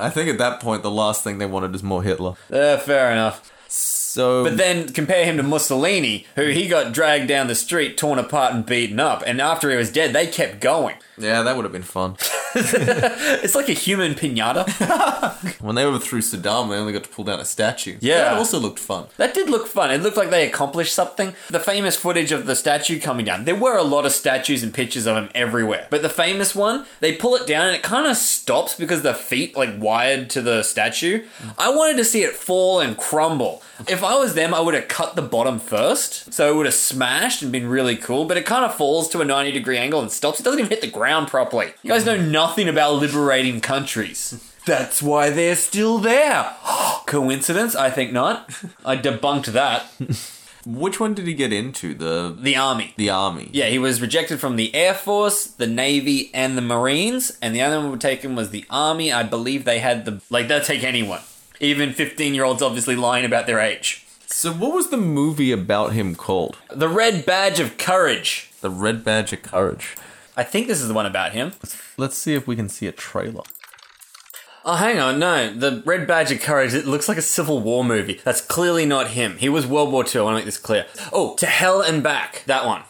I think at that point, the last thing they wanted is more Hitler. Uh, fair enough. So, But then compare him to Mussolini, who he got dragged down the street, torn apart, and beaten up. And after he was dead, they kept going. yeah, that would have been fun. It's like a human pinata. When they overthrew Saddam, they only got to pull down a statue. Yeah. That also looked fun. that did look fun. It looked like they accomplished something. The famous footage of the statue coming down. There were a lot of statues and pictures of him everywhere. But the famous one, they pull it down and it kind of stops because the feet like wired to the statue. I wanted to see it fall and crumble. If I was them, I would have cut the bottom first. So it would have smashed and been really cool, but it kind of falls to a 90 degree angle and stops. It doesn't even hit the ground properly. You guys know nothing about liberating countries. That's why they're still there. Coincidence? I think not. I debunked that. Which one did he get into? The The army. the army. Yeah, he was rejected from the Air Force, the Navy, and the Marines, and the other one we were taken was the Army. I believe they had the like they'll take anyone. Even fifteen year olds obviously lying about their age. So, what was the movie about him called? The red badge of courage. The Red Badge of Courage. I think this is the one about him. Let's see if we can see a trailer. Oh, hang on, no. The Red Badge of Courage, it looks like a Civil War movie. That's clearly not him. He was World War II, I want to make this clear. Oh, To Hell and Back, that one.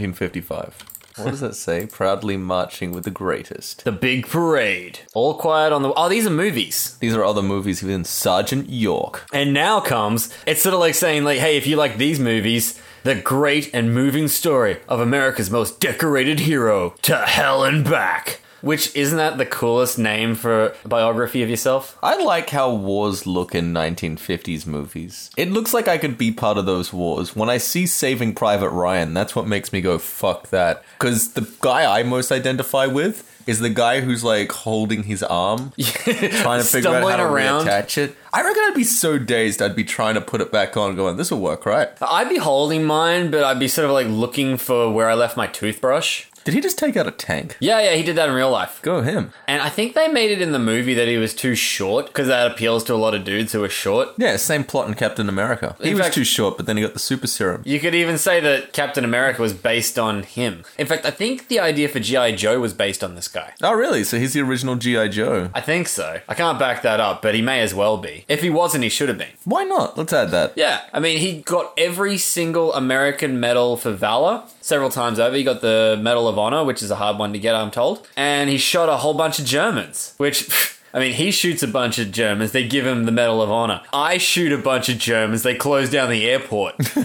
1955. What does that say? Proudly marching with the greatest. The Big Parade. All Quiet on the. Oh, these are movies. These are other movies within Sergeant York. And now comes, it's sort of like saying, like, hey, if you like these movies, the great and moving story of America's most decorated hero, to hell and back. Which isn't that the coolest name for a biography of yourself? I like how wars look in 1950s movies. It looks like I could be part of those wars. When I see Saving Private Ryan, that's what makes me go, fuck that. Because the guy I most identify with is the guy who's like holding his arm, trying to figure out how Stumbling to around. reattach it. I reckon I'd be so dazed, I'd be trying to put it back on, going, this will work, right? I'd be holding mine, but I'd be sort of like looking for where I left my toothbrush. Did he just take out a tank? Yeah, yeah, he did that in real life. Go him. And I think they made it in the movie that he was too short, because that appeals to a lot of dudes who are short. Yeah, same plot in Captain America. He In was fact- too short, but then he got the super serum. You could even say that Captain America was based on him. In fact, I think the idea for G.I. Joe was based on this guy. Oh, really? So he's the original G.I. Joe. I think so. I can't back that up, but he may as well be. If he wasn't, he should have been. Why not? Let's add that. Yeah, I mean, he got every single American medal for valor several times over. He got the Medal of Honor, which is a hard one to get, I'm told. And he shot a whole bunch of Germans, which. I mean, he shoots a bunch of Germans. They give him the Medal of Honor. I shoot a bunch of Germans. They close down the airport. Do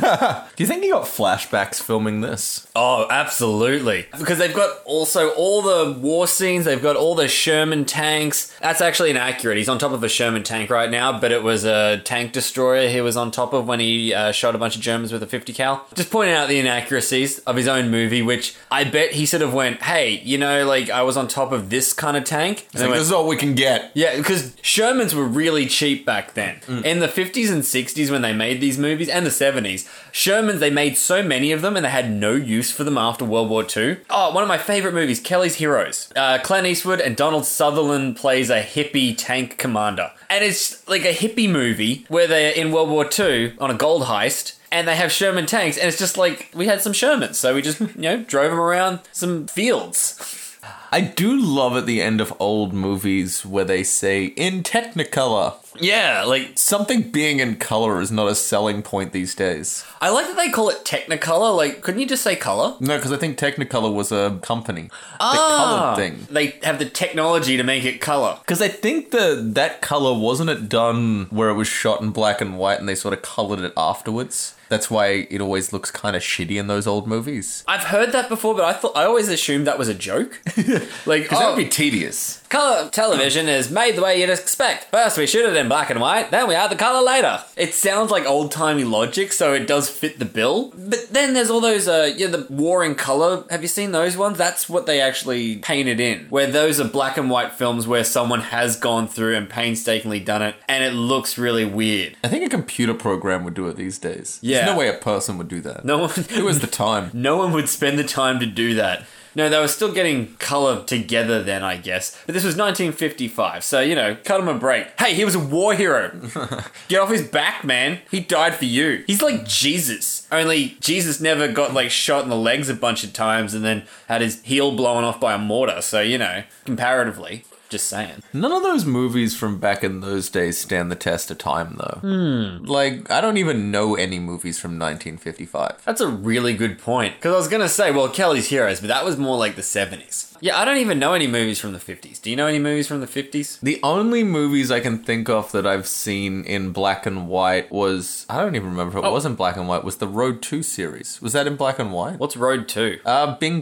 you think he got flashbacks filming this? Oh, absolutely. Because they've got also all the war scenes, they've got all the Sherman tanks. That's actually inaccurate. He's on top of a Sherman tank right now, but it was a tank destroyer he was on top of when he uh, shot a bunch of Germans with a 50 cal. Just pointing out the inaccuracies of his own movie, which I bet he sort of went, hey, you know, like I was on top of this kind of tank. And they Like, went, this is all we can get. Yeah, because Shermans were really cheap back then. In the 50s and 60s, when they made these movies, and the 70s, Shermans, they made so many of them and they had no use for them after World War II. Oh, one of my favorite movies, Kelly's Heroes. Uh, Clint Eastwood and Donald Sutherland plays a hippie tank commander. And it's like a hippie movie where they're in World War II on a gold heist. And they have Sherman tanks, and it's just like we had some Shermans, so we just, you know, drove them around some fields. I do love at the end of old movies where they say in Technicolor. Yeah, like Something being in color is not a selling point these days. I like that they call it Technicolor. Like, couldn't you just say color? No, because I think Technicolor was a company. Ah. The colored thing. They have the technology to make it color. Because I think the that color wasn't it done where it was shot in black and white and they sort of colored it afterwards. That's why it always looks kind of shitty in those old movies. I've heard that before, but I thought I always assumed that was a joke. like, Because that oh, would be tedious. color television is made the way you'd expect. First, we shoot it in black and white, then we add the color later. It sounds like old timey logic, so it does fit the bill. But then there's all those, uh, yeah, the war in color. Have you seen those ones? That's what they actually painted in, where those are black and white films where someone has gone through and painstakingly done it, and it looks really weird. I think a computer program would do it these days. Yeah. There's no way a person would do that. No one, It was the time. no one would spend the time to do that. No, they were still getting colour together then, I guess. But this was 1955, so you know, cut him a break. Hey, he was a war hero. Get off his back, man. He died for you. He's like Jesus. Only Jesus never got like shot in the legs a bunch of times and then had his heel blown off by a mortar. So you know, comparatively, just saying. None of those movies from back in those days stand the test of time, though. Hmm. Like, I don't even know any movies from 1955. That's a really good point. Because I was going to say, well, Kelly's Heroes, but that was more like the 70s. Yeah, I don't even know any movies from the 50s. Do you know any movies from the 50s? The only movies I can think of that I've seen in black and white was I don't even remember Oh. if it was in black and white was the Road 2 series. Was that in black and white? What's Road 2? Uh Bing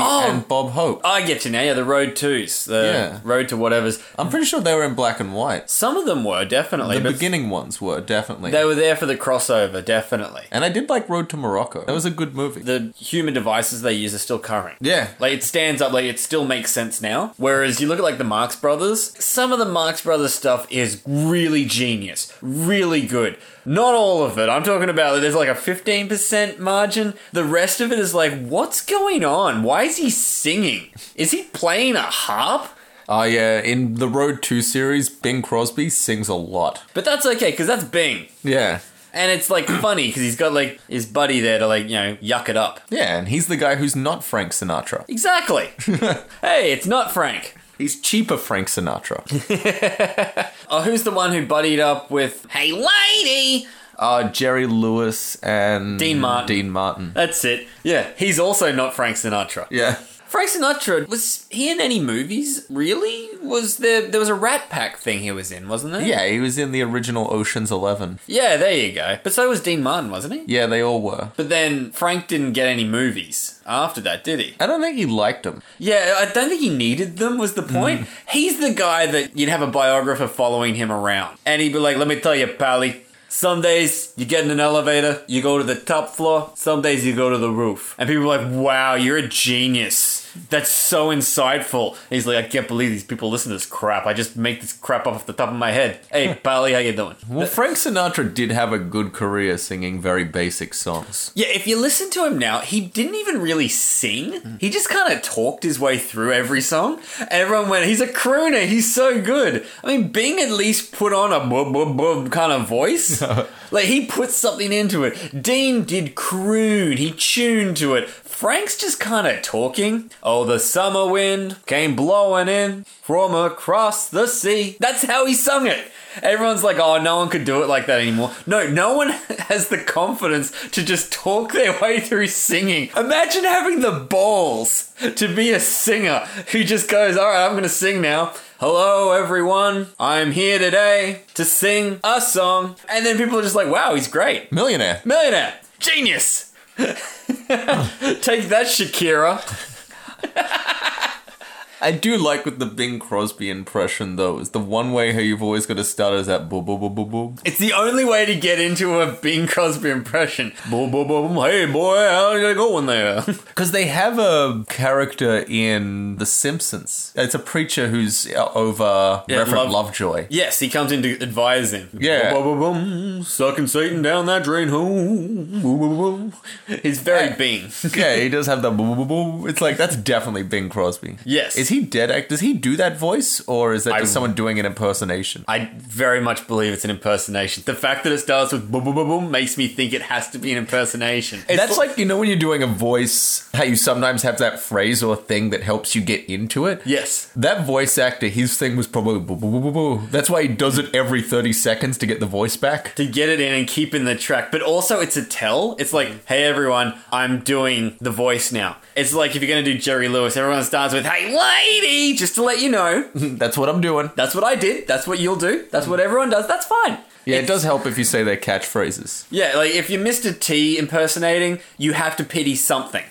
Oh! and Bob Hope. I get you now. Yeah, the Road 2s. The Yeah. Road to whatever's. I'm pretty sure they were in black and white. Some of them were, definitely. The but beginning ones were definitely. They were there for the crossover, definitely. and I did like Road to Morocco. That was a good movie. The human devices they use are still current. yeah. Like it stands up, like it still makes sense now. Whereas you look at like the Marx Brothers, some of the Marx Brothers stuff is really genius, really good. Not all of it. I'm talking about that there's like a 15% margin. The rest of it is like, what's going on? Why is he singing? Is he playing a harp? Oh yeah, in the Road 2 series Bing Crosby sings a lot. But that's okay, because that's Bing. Yeah. And it's like funny because he's got like his buddy there to like, you know, yuck it up. Yeah, and he's the guy who's not Frank Sinatra. Exactly. hey, it's not Frank. He's cheaper Frank Sinatra. Oh, who's the one who buddied up with, hey, lady? uh, Jerry Lewis and Dean Martin. Dean Martin. That's it. Yeah, he's also not Frank Sinatra. Yeah. Frank Sinatra was he in any movies? Really? Was there there was a Rat Pack thing he was in, wasn't there? Yeah, he was in the original Ocean's Eleven. Yeah, there you go. But so was Dean Martin, wasn't he? Yeah, they all were. But then Frank didn't get any movies after that, did he? I don't think he liked him. Yeah, I don't think he needed them, was the point. He's the guy that you'd have a biographer following him around. And he'd be like, let me tell you, Pally, some days you get in an elevator, you go to the top floor, some days you go to the roof. And people are like, wow, you're a genius. That's so insightful. And he's like, I can't believe these people listen to this crap. I just make this crap up off the top of my head. Hey, Pally, how you doing? Well, Frank Sinatra did have a good career singing very basic songs. Yeah, if you listen to him now, he didn't even really sing. He just kind of talked his way through every song. And everyone went, he's a crooner. He's so good. I mean, Bing at least put on a bub bub bub kind of voice. like, he put something into it. Dean did croon. He tuned to it. Frank's just kind of talking. Oh, the summer wind came blowing in from across the sea. That's how he sung it. Everyone's like, oh, no one could do it like that anymore. No, no one has the confidence to just talk their way through singing. Imagine having the balls to be a singer who just goes, all right, I'm going to sing now. Hello, everyone. I'm here today to sing a song. And then people are just like, wow, he's great. Millionaire. Millionaire. Genius. Take that, Shakira. I do like with the Bing Crosby impression though. Is the one way how you've always got to start is that boo boo boo boo boo. It's the only way to get into a Bing Crosby impression. Boom, boom, boom. Hey, boy, how you going there? Because they have a character in The Simpsons. It's a preacher who's uh, over Yeah, Love- Reverend Lovejoy. yes, he comes in to advise him. Yeah. Boom, boom, boom, boom. Sucking Satan down that drain home. Boom, boom, boom. He's very Yeah. Bing. yeah, he does have the boo boo boo. It's like that's definitely Bing Crosby. Yes. Is he dead? act- Does he do that voice, or is that I- just someone doing an impersonation? I very much believe it's an impersonation. The fact that it starts with boom, boom, boom, boom makes me think it has to be an impersonation. It's That's l- like you know when you're doing a voice, how you sometimes have that phrase or thing that helps you get into it. Yes. That voice actor, his thing was probably boo boo boo boo boo. That's why he does it every thirty seconds to get the voice back. to get it in and keep in the track. But also, it's a tell. It's Mm-hmm. like, hey, everyone, I'm doing the voice now. It's like if you're going to do Jerry Lewis, everyone starts with, hey, lady, just to let you know. That's what I'm doing. That's what I did. That's what you'll do. That's what everyone does. That's fine. Mm-hmm. Yeah, it does help if you say their catchphrases. Yeah, like if you're Mr. T impersonating, you have to pity something.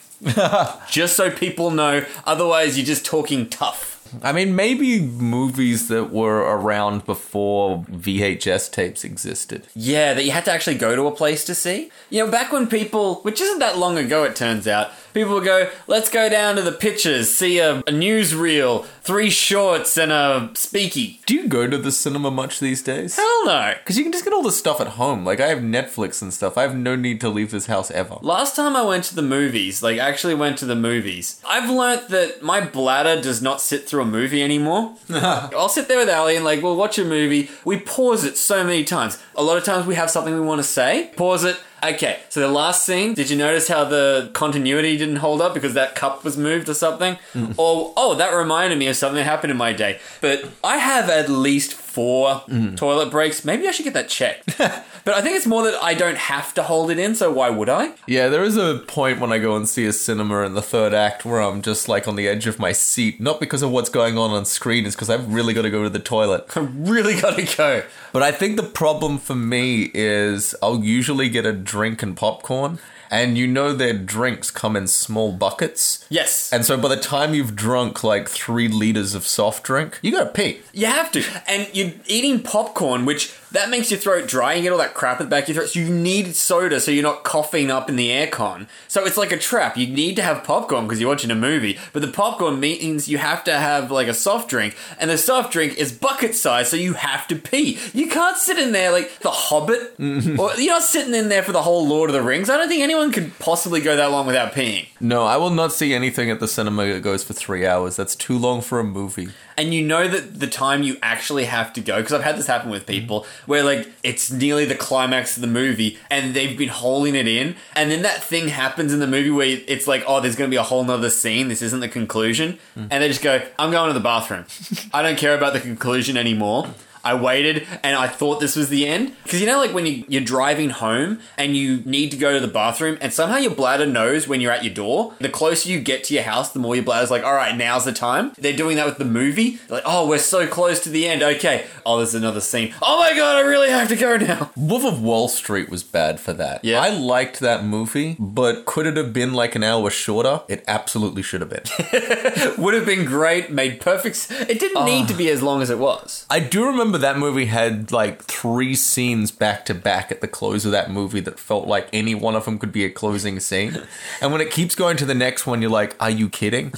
just so people know. Otherwise, you're just talking tough. I mean, maybe movies that were around before VHS tapes existed. Yeah, that you had to actually go to a place to see. You know, back when people, which isn't that long ago, it turns out, people would go, let's go down to the pictures, see a, a newsreel, three shorts, and a speaky. Do you go to the cinema much these days? Hell no. Because you can just get all this stuff at home. Like, I have Netflix and stuff. I have no need to leave this house ever. Last time I went to the movies, like actually went to the movies, I've learnt that my bladder does not sit through a movie anymore. I'll sit there with Ali and like we'll watch a movie. We pause it so many times. A lot of times we have something we want to say. Pause it. Okay, so the last scene, did you notice how the continuity didn't hold up because that cup was moved or something? Or, oh, that reminded me of something that happened in my day. But I have at least four toilet breaks. Maybe I should get that checked. but I think it's more that I don't have to hold it in, so why would I? Yeah, there is a point when I go and see a cinema in the third act where I'm just like on the edge of my seat. Not because of what's going on on screen, it's because I've really got to go to the toilet. I really gotta go. But I think the problem for me is I'll usually get a drink and popcorn, and you know their drinks come in small buckets. Yes. And so by the time you've drunk like three liters of soft drink, you gotta pee. You have to. And you're eating popcorn, which that makes your throat dry. You get all that crap at the back of your throat. So you need soda so you're not coughing up in the aircon. So it's like a trap. You need to have popcorn because you're watching a movie. But the popcorn means you have to have like a soft drink. And the soft drink is bucket size, so you have to pee. You can't sit in there like The Hobbit. or you're not sitting in there for the whole Lord of the Rings. I don't think anyone could possibly go that long without peeing. No, I will not see anything at the cinema that goes for three hours. That's too long for a movie. and you know that the time you actually have to go because I've had this happen with people where like it's nearly the climax of the movie and they've been holding it in and then that thing happens in the movie where it's like oh there's gonna be a whole nother scene this isn't the conclusion and they just go I'm going to the bathroom I don't care about the conclusion anymore I waited and I thought this was the end. Because you know, like when you, you're driving home and you need to go to the bathroom, and somehow your bladder knows when you're at your door. The closer you get to your house, the more your bladder's like, all right, now's the time. They're doing that with the movie. They're like, oh, we're so close to the end. Okay. Oh, there's another scene. Oh my God, I really have to go now. Wolf of Wall Street was bad for that. Yeah. I liked that movie, but could it have been like an hour shorter? It absolutely should have been. Would have been great, made perfect. s- It didn't need to be as long as it was. I do remember that movie had like three scenes back to back at the close of that movie that felt like any one of them could be a closing scene. and when it keeps going to the next one, you're like, are you kidding?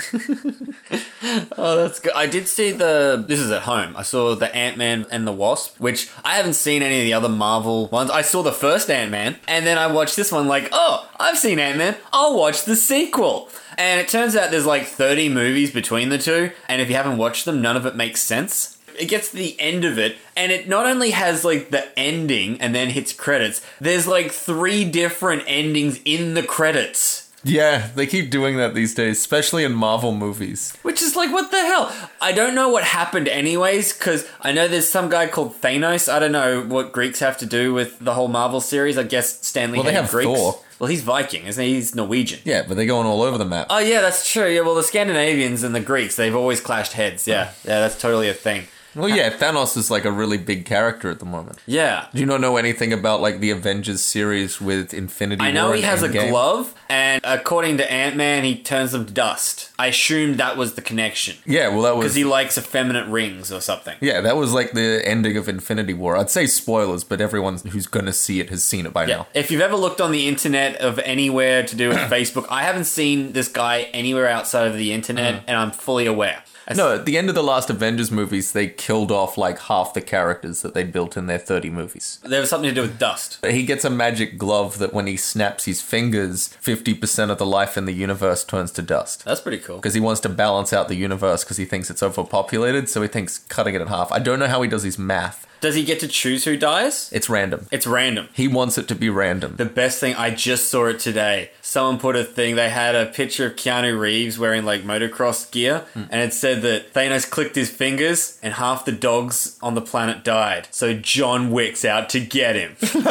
Oh, that's good. I did see the. This is at home. I saw the Ant Man and the Wasp, which I haven't seen any of the other Marvel ones. I saw the first Ant Man, and then I watched this one, like, oh, I've seen Ant Man. I'll watch the sequel. And it turns out there's like 30 movies between the two, and if you haven't watched them, none of it makes sense. It gets to the end of it, and it not only has like the ending and then hits credits, there's like three different endings in the credits. yeah, they keep doing that these days, especially in Marvel movies. Which is like, what the hell? I don't know what happened, anyways, because I know there's some guy called Thanos. I don't know what Greeks have to do with the whole Marvel series. I guess Stanley Well, they hated have Greeks. Thor. Well, he's Viking, isn't he? He's Norwegian. Yeah, but they're going all over the map. Oh, yeah, that's true. Yeah, well, the Scandinavians and the Greeks, they've always clashed heads. Yeah, yeah, that's totally a thing. Well, yeah, Thanos is like a really big character at the moment. Yeah. Do you not know anything about like the Avengers series with Infinity? I know War he and has a Endgame? glove, and according to Ant Man, he turns them to dust. I assume that was the connection. Yeah, well, that was Because he likes effeminate rings or something. yeah, that was like the ending of Infinity War. I'd say spoilers, but everyone who's gonna see it has seen it by Yeah. now. If you've ever looked on the internet of anywhere to do with Facebook, I haven't seen this guy anywhere outside of the internet, and I'm fully aware. As- Mm. No, at the end of the last Avengers movies, they killed off like half the characters that they built in their 30 movies. There was something to do with dust. He gets a magic glove that when he snaps his fingers, 50% of the life in the universe turns to dust. That's pretty cool. Because he wants to balance out the universe because he thinks it's overpopulated, so he thinks cutting it in half. I don't know how he does his math. Does he get to choose who dies? It's random. It's random. He wants it to be random. The best thing I just saw it today. Someone put a thing. They had a picture of Keanu Reeves wearing like motocross gear, Mm. and it said that Thanos clicked his fingers, and half the dogs on the planet died. So John Wick's out to get him.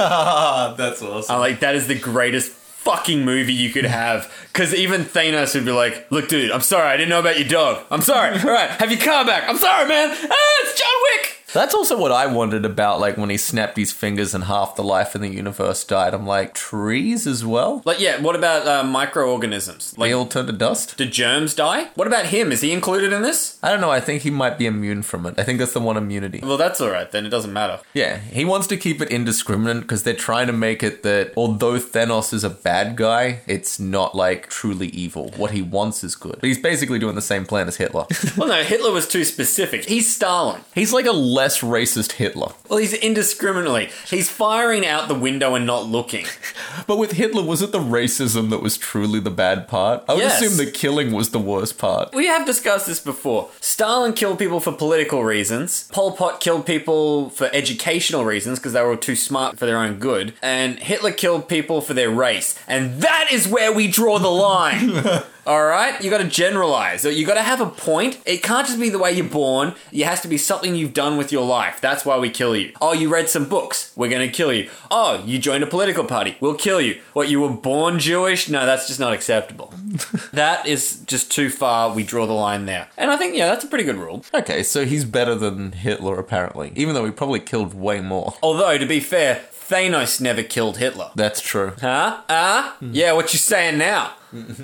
That's awesome. I'm like, that is the greatest fucking movie you could have. Because even Thanos would be like, look, dude, I'm sorry, I didn't know about your dog. I'm sorry. All right, have your car back. I'm sorry, man. Ah, it's John Wick. That's also what I wondered about, like when he snapped his fingers and half the life in the universe died. I'm like, trees as well? Like, yeah, what about uh, microorganisms? They Like, all turn to dust? do germs die? What about him? Is he included in this? I don't know. I think he might be immune from it. I think that's the one immunity. Well, that's all right then. It doesn't matter. Yeah, he wants to keep it indiscriminate because they're trying to make it that although Thanos is a bad guy, it's not like truly evil. What he wants is good. But he's basically doing the same plan as Hitler. Well, no, Hitler was too specific. He's Stalin. he's like a less racist Hitler. Well, he's indiscriminately. He's firing out the window and not looking. But with Hitler, was it the racism that was truly the bad part? I would Yes. assume the killing was the worst part. We have discussed this before. Stalin killed people for political reasons. Pol Pot killed people for educational reasons because they were too smart for their own good. And Hitler killed people for their race. And that is where we draw the line. All right? You got to generalize. You got to have a point. It can't just be the way you're born. It has to be something you've done with your life. That's why we kill you. Oh, you read some books. We're going to kill you. Oh, you joined a political party. We'll kill you. What, you were born Jewish? No, that's just not acceptable. That is just too far. We draw the line there. And I think, yeah, that's a pretty good rule. Okay, so he's better than Hitler, apparently, even though he probably killed way more. Although, to be fair, Thanos never killed Hitler. That's true. Huh? Huh? Yeah, what you saying now?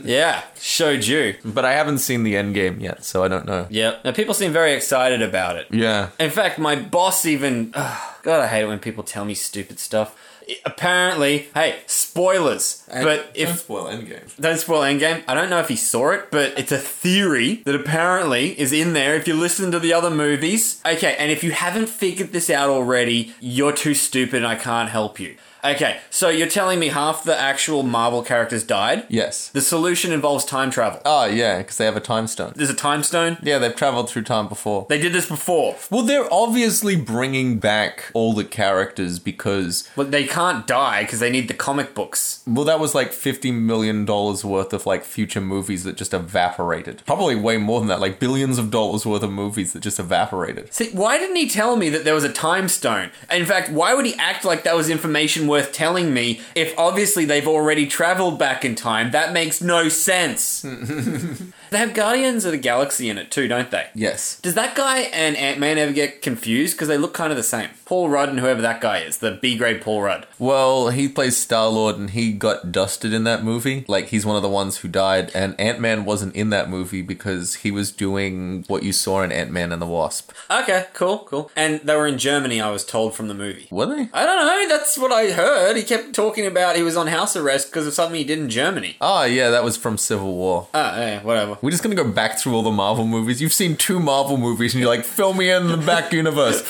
yeah, showed you. But I haven't seen the end game yet, so I don't know. Yeah. Now, people seem very excited about it. Yeah. In fact, my boss even. ugh, God, I hate it when people tell me stupid stuff. I- apparently, hey, spoilers. but if spoil Endgame. Don't spoil Endgame. I don't know if he saw it, but it's a theory that apparently is in there if you listen to the other movies. Okay, and if you haven't figured this out already, you're too stupid and I can't help you. Okay, so you're telling me half the actual Marvel characters died? Yes. The solution involves time travel. Oh yeah, because they have a time stone. There's a time stone. Yeah, they've traveled through time before. They did this before. Well, they're obviously bringing back all the characters because But they can't die because they need the comic books. well, that was like fifty million dollars worth of like future movies that just evaporated. Probably way more than that, like billions of dollars worth of movies that just evaporated. See, why didn't he tell me that there was a time stone? In fact, why would he act like that was information worth telling me if obviously they've already traveled back in time? That makes no sense. they have Guardians of the Galaxy in it too, don't they? Yes. Does that guy and Ant Man ever get confused? Because they look kind of the same. Paul Rudd and whoever that guy is, the B grade Paul Rudd. Well, he plays Star Lord, and he got dusted in that movie. Like he's one of the ones who died, and Ant Man wasn't in that movie because he was doing what you saw in Ant Man and the Wasp. Okay, cool, cool. And they were in Germany, I was told from the movie. Were they? I don't know, that's what I heard. He kept talking about he was on house arrest because of something he did in Germany. Oh yeah, that was from Civil War. Ah, yeah, whatever. We're just gonna go back through all the Marvel movies. You've seen two Marvel movies, and you're like, "Fill me in the back universe."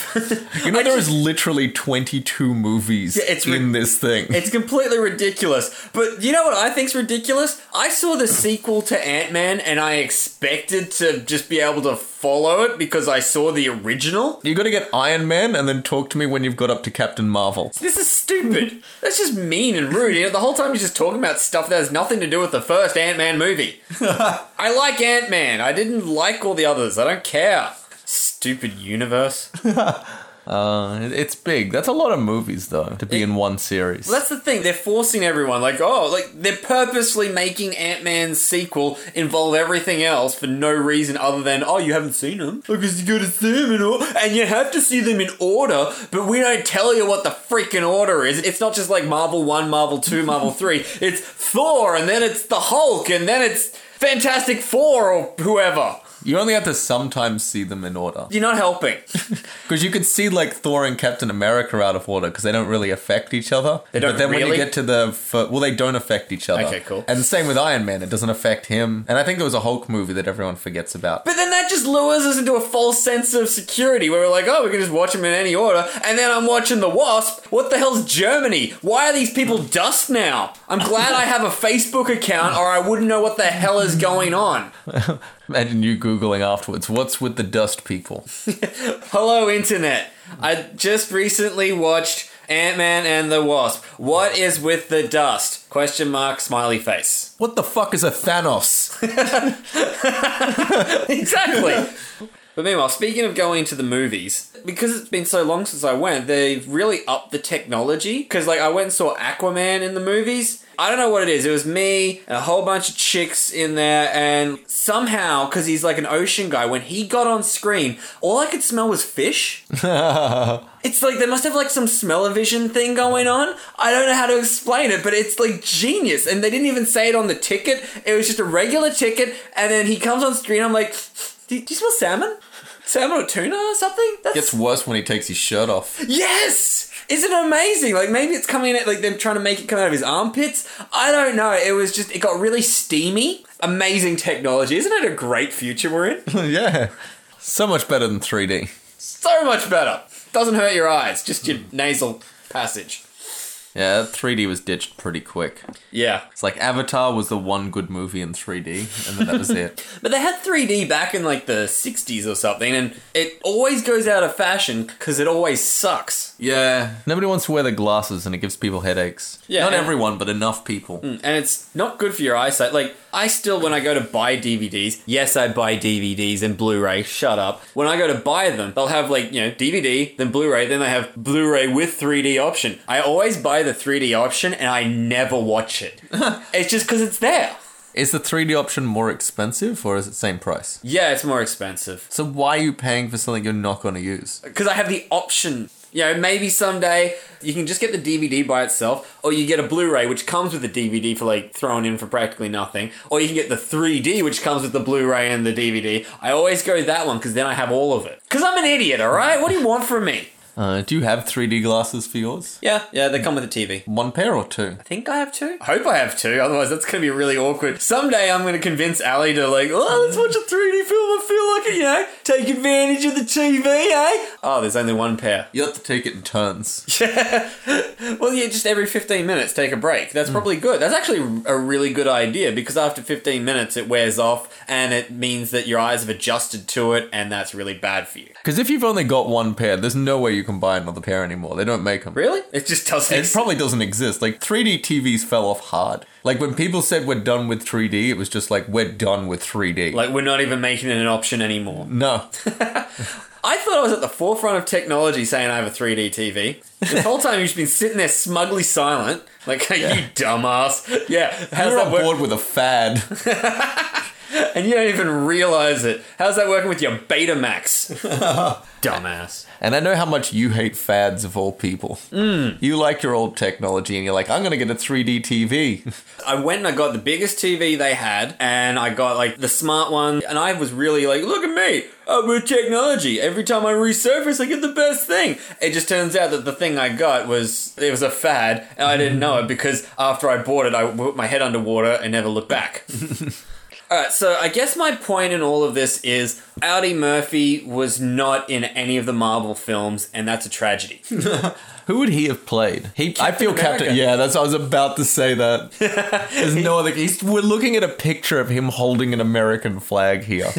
You know, there is literally 22 movies it's in re- this thing. It's completely ridiculous. But you know what I think's ridiculous? I saw the sequel to Ant Man and I expected to just be able to follow it because I saw the original. you got to get Iron Man, and then talk to me when you've got up to Captain Marvel. This is stupid. That's just mean and rude. You know, the whole time you're just talking about stuff that has nothing to do with the first Ant Man movie. Uh, I like Ant Man. I didn't like all the others. I don't care. Stupid universe. Uh, it- it's big. That's a lot of movies, though, to be in one series. That's the thing. They're forcing everyone. Like, oh, like they're purposely making Ant Man's sequel involve everything else for no reason other than oh, you haven't seen them because you got to see them in order, and you have to see them in order. But we don't tell you what the freaking order is. It's not just like Marvel One, Marvel Two, Marvel Three. It's Thor, and then it's the Hulk, and then it's Fantastic Four or whoever. You only have to sometimes see them in order. You're not helping. Because you could see like Thor and Captain America out of order because they don't really affect each other. They don't but then when really? you get to the fir- well, they don't affect each other. Okay, cool. And the same with Iron Man; it doesn't affect him. And I think there was a Hulk movie that everyone forgets about. But then that just lures us into a false sense of security where we're like, oh, we can just watch them in any order. And then I'm watching The Wasp. What the hell's Germany? Why are these people dust now? I'm glad I have a Facebook account or I wouldn't know what the hell is going on. Imagine you googling afterwards. What's with the dust people? Hello, Internet. I just recently watched Ant Man and the Wasp. What is with the dust? Question mark, smiley face. What the fuck is a Thanos? Exactly. But meanwhile, speaking of going to the movies, because it's been so long since I went, they've really upped the technology. Because, like, I went and saw Aquaman in the movies. I don't know what it is. It was me, and a whole bunch of chicks in there, and somehow, because he's like an ocean guy, when he got on screen, all I could smell was fish. it's like they must have like some smell-o-vision thing going on. I don't know how to explain it, but it's like genius. And they didn't even say it on the ticket. It was just a regular ticket, and then he comes on screen. I'm like, do, do you smell salmon? Salmon or tuna or something? That's Gets worse when he takes his shirt off. Yes! Isn't it amazing? Like maybe it's coming out like them trying to make it come out of his armpits. I don't know. It was just it got really steamy. Amazing technology. Isn't it a great future we're in? yeah, so much better than 3D. so much better. Doesn't hurt your eyes, just your nasal passage. Yeah, 3D was ditched pretty quick. Yeah. It's like Avatar was the one good movie in 3D, and then that was it. But they had 3D back in like the 60s or something and it always goes out of fashion cuz it always sucks. Yeah. Nobody wants to wear the glasses and it gives people headaches. Yeah, Not and- Hmm. everyone, but enough people. and it's not good for your eyesight. Like I still, when I go to buy DVDs, yes, I buy DVDs and Blu-ray. Shut up. When I go to buy them, they'll have like you know DVD, then Blu-ray, then they have Blu-ray with 3D option. I always buy the 3D option, and I never watch it. it's just because it's there. Is the 3D option more expensive or is it same price? Yeah, it's more expensive So why are you paying for something you're not going to use? because I have the option. You know, maybe someday you can just get the DVD by itself, or you get a Blu-ray which comes with the DVD for like thrown in for practically nothing, or you can get the 3D which comes with the Blu-ray and the DVD. I always go that one because then I have all of it. Because I'm an idiot, all right? What do you want from me? Uh, do you have 3D glasses for yours? Yeah, yeah, they come with a TV. One pair or two? I think I have two. I hope I have two. Otherwise, that's going to be really awkward. Someday, I'm going to convince Ali to like, oh, let's watch a 3D film. I feel like it, you know, take advantage of the TV, eh? Oh, there's only one pair. You have to take it in turns. well, yeah, just every 15 minutes take a break. Mm. That's probably good. That's actually a really good idea because after 15 minutes it wears off and it means that your eyes have adjusted to it and that's really bad for you. Because if you've only got one pair, there's no way you can buy another pair anymore. They don't make them. Really? It just doesn't. It probably doesn't exist. Like 3D TVs fell off hard. Like when people said we're done with 3D, it was just like we're done with 3D. like we're not even making it an option anymore. no, I thought I was at the forefront of technology saying I have a 3D TV. This whole time you've just been sitting there smugly silent. Like, you dumbass. Yeah, how's you're that on work? board with a fad. And you don't even realize it. How's that working with your Betamax? Dumbass. And I know how much you hate fads of all people. You like your old technology and you're like, I'm going to get a 3D TV. I went and I got the biggest TV they had, and I got like the smart one, and I was really like, look at me, I'm with technology. Every time I resurface, I get the best thing. It just turns out that the thing I got was it was a fad, and I didn't know it because after I bought it, I put my head underwater and never looked back. Alright, so I guess my point in all of this is Audi Murphy was not in any of the Marvel films, and that's a tragedy. Who would he have played? He, I feel Captain. America. Yeah, that's. I was about to say that. There's no other. He's, we're looking at a picture of him holding an American flag here.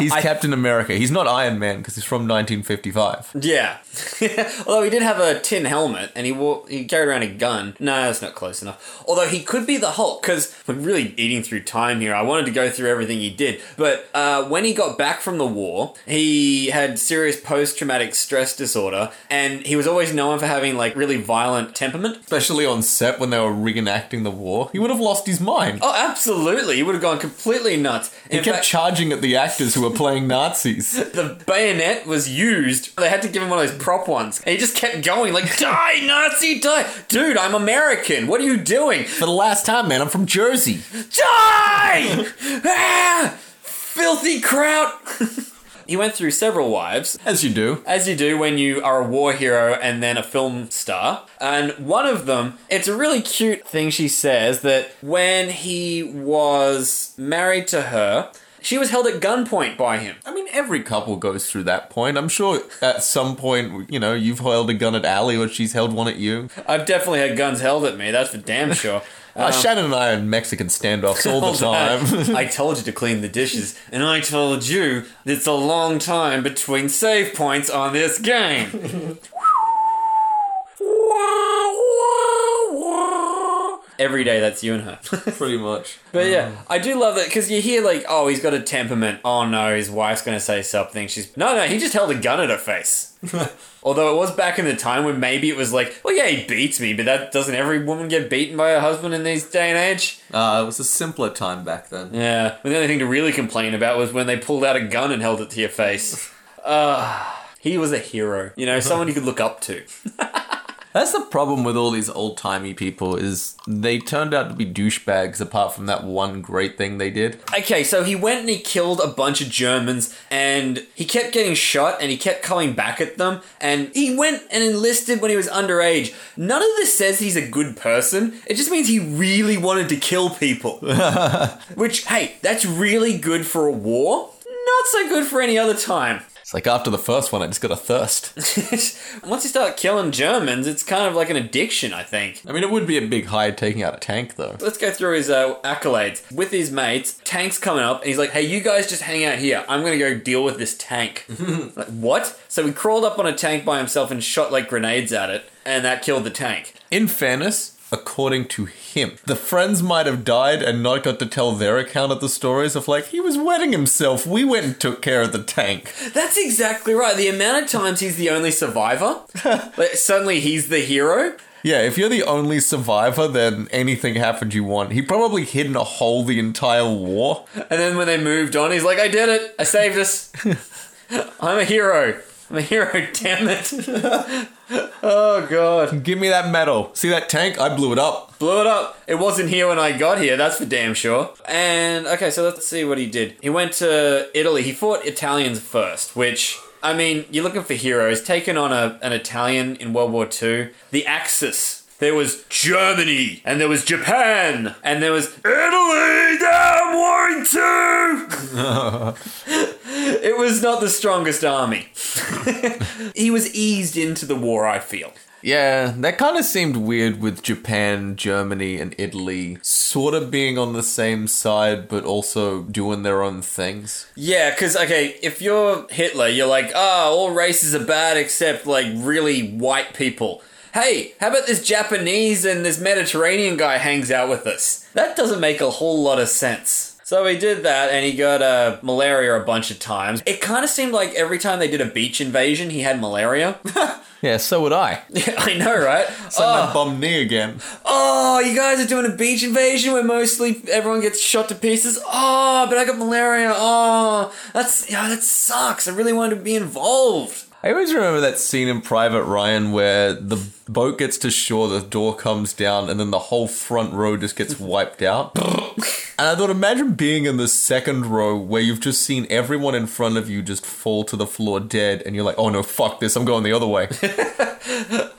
he's Captain America. He's not Iron Man because he's from 1955. Yeah. Although he did have a tin helmet and he wore, he carried around a gun. No, that's not close enough. Although he could be the Hulk because we're really eating through time here. I wanted to go through everything he did, but uh, when he got back from the war. He had serious post traumatic stress disorder, and he was always known for having like really violent temperament. Especially on set when they were reenacting the war. He would have lost his mind. Oh, absolutely. He would have gone completely nuts. he In kept fact, charging at the actors who were playing Nazis. the bayonet was used. They had to give him one of those prop ones. And he just kept going, like, die, Nazi, die. Dude, I'm American. What are you doing? For the last time, man, I'm from Jersey. Die! ah! Filthy kraut! he went through several wives, As you do. as you do when you are a war hero and then a film star. And one of them, it's a really cute thing she says that when he was married to her, she was held at gunpoint by him. I mean, every couple goes through that point. I'm sure at some point, you know, you've held a gun at Allie or she's held one at you. I've definitely had guns held at me, that's for damn sure. Um, Uh, Shannon and I are in Mexican standoffs all the time. I told you to clean the dishes, and I told you it's a long time between save points on this game. Every day, that's you and her. Pretty much. But yeah, I do love that because you hear like, oh, he's got a temperament. Oh no, his wife's gonna say something. She's no, no. He just held a gun at her face. Although it was back in the time when maybe it was like, well, yeah, he beats me, but that doesn't every woman get beaten by her husband in these day and age? Uh, it was a simpler time back then. Yeah, but the only thing to really complain about was when they pulled out a gun and held it to your face. Ah, he was a hero. You know, someone you could look up to. That's the problem with all these old timey people is they turned out to be douchebags apart from that one great thing they did. Okay, so he went and he killed a bunch of Germans and he kept getting shot and he kept coming back at them and he went and enlisted when he was underage. None of this says he's a good person. It just means he really wanted to kill people. Which, hey, that's really good for a war. Not so good for any other time. It's like after the first one, I just got a thirst. Once you start killing Germans, it's kind of like an addiction, I think. I mean, it would be a big high taking out a tank, though. Let's go through his uh, accolades. With his mates, Tank's coming up, and he's like, hey, you guys just hang out here. I'm going to go deal with this tank. like, what? So he crawled up on a tank by himself and shot like grenades at it, and that killed the tank. In fairness, according to him, the friends might have died and not got to tell their account of the stories of like, he was wetting himself, we went and took care of the tank. That's exactly right. The amount of times he's the only survivor, like, suddenly he's the hero. Yeah, if you're the only survivor, then anything happened you want. He probably hid in a hole the entire war. And then when they moved on, he's like, I did it. I saved us. I'm a hero. I'm a hero, damn it. oh, God. Give me that medal. See that tank? I blew it up. Blew it up. It wasn't here when I got here, that's for damn sure. And, okay, so let's see what he did. He went to Italy. He fought Italians first, which. I mean, you're looking for heroes. Taken on a, an Italian in World War II, the Axis. There was Germany, and there was Japan, and there was Italy. Damn, World War II. It was not the strongest army. he was eased into the war, I feel. Yeah, that kind of seemed weird with Japan, Germany, and Italy sort of being on the same side, but also doing their own things. Yeah, because, okay, if you're Hitler, you're like, ah, all races are bad except, like, really white people. Hey, how about this Japanese and this Mediterranean guy hangs out with us? That doesn't make a whole lot of sense. So he did that and he got uh, malaria a bunch of times. It kind of seemed like every time they did a beach invasion, he had malaria. Yeah, so would I. I know, right? It's like my bum knee again. Oh, you guys are doing a beach invasion where mostly everyone gets shot to pieces. Oh, but I got malaria. Oh, that's yeah, that sucks. I really wanted to be involved. I always remember that scene in Private Ryan where the boat gets to shore, the door comes down, and then the whole front row just gets wiped out. And I thought, imagine being in the second row where you've just seen everyone in front of you just fall to the floor dead, and you're like, oh no, fuck this, I'm going the other way.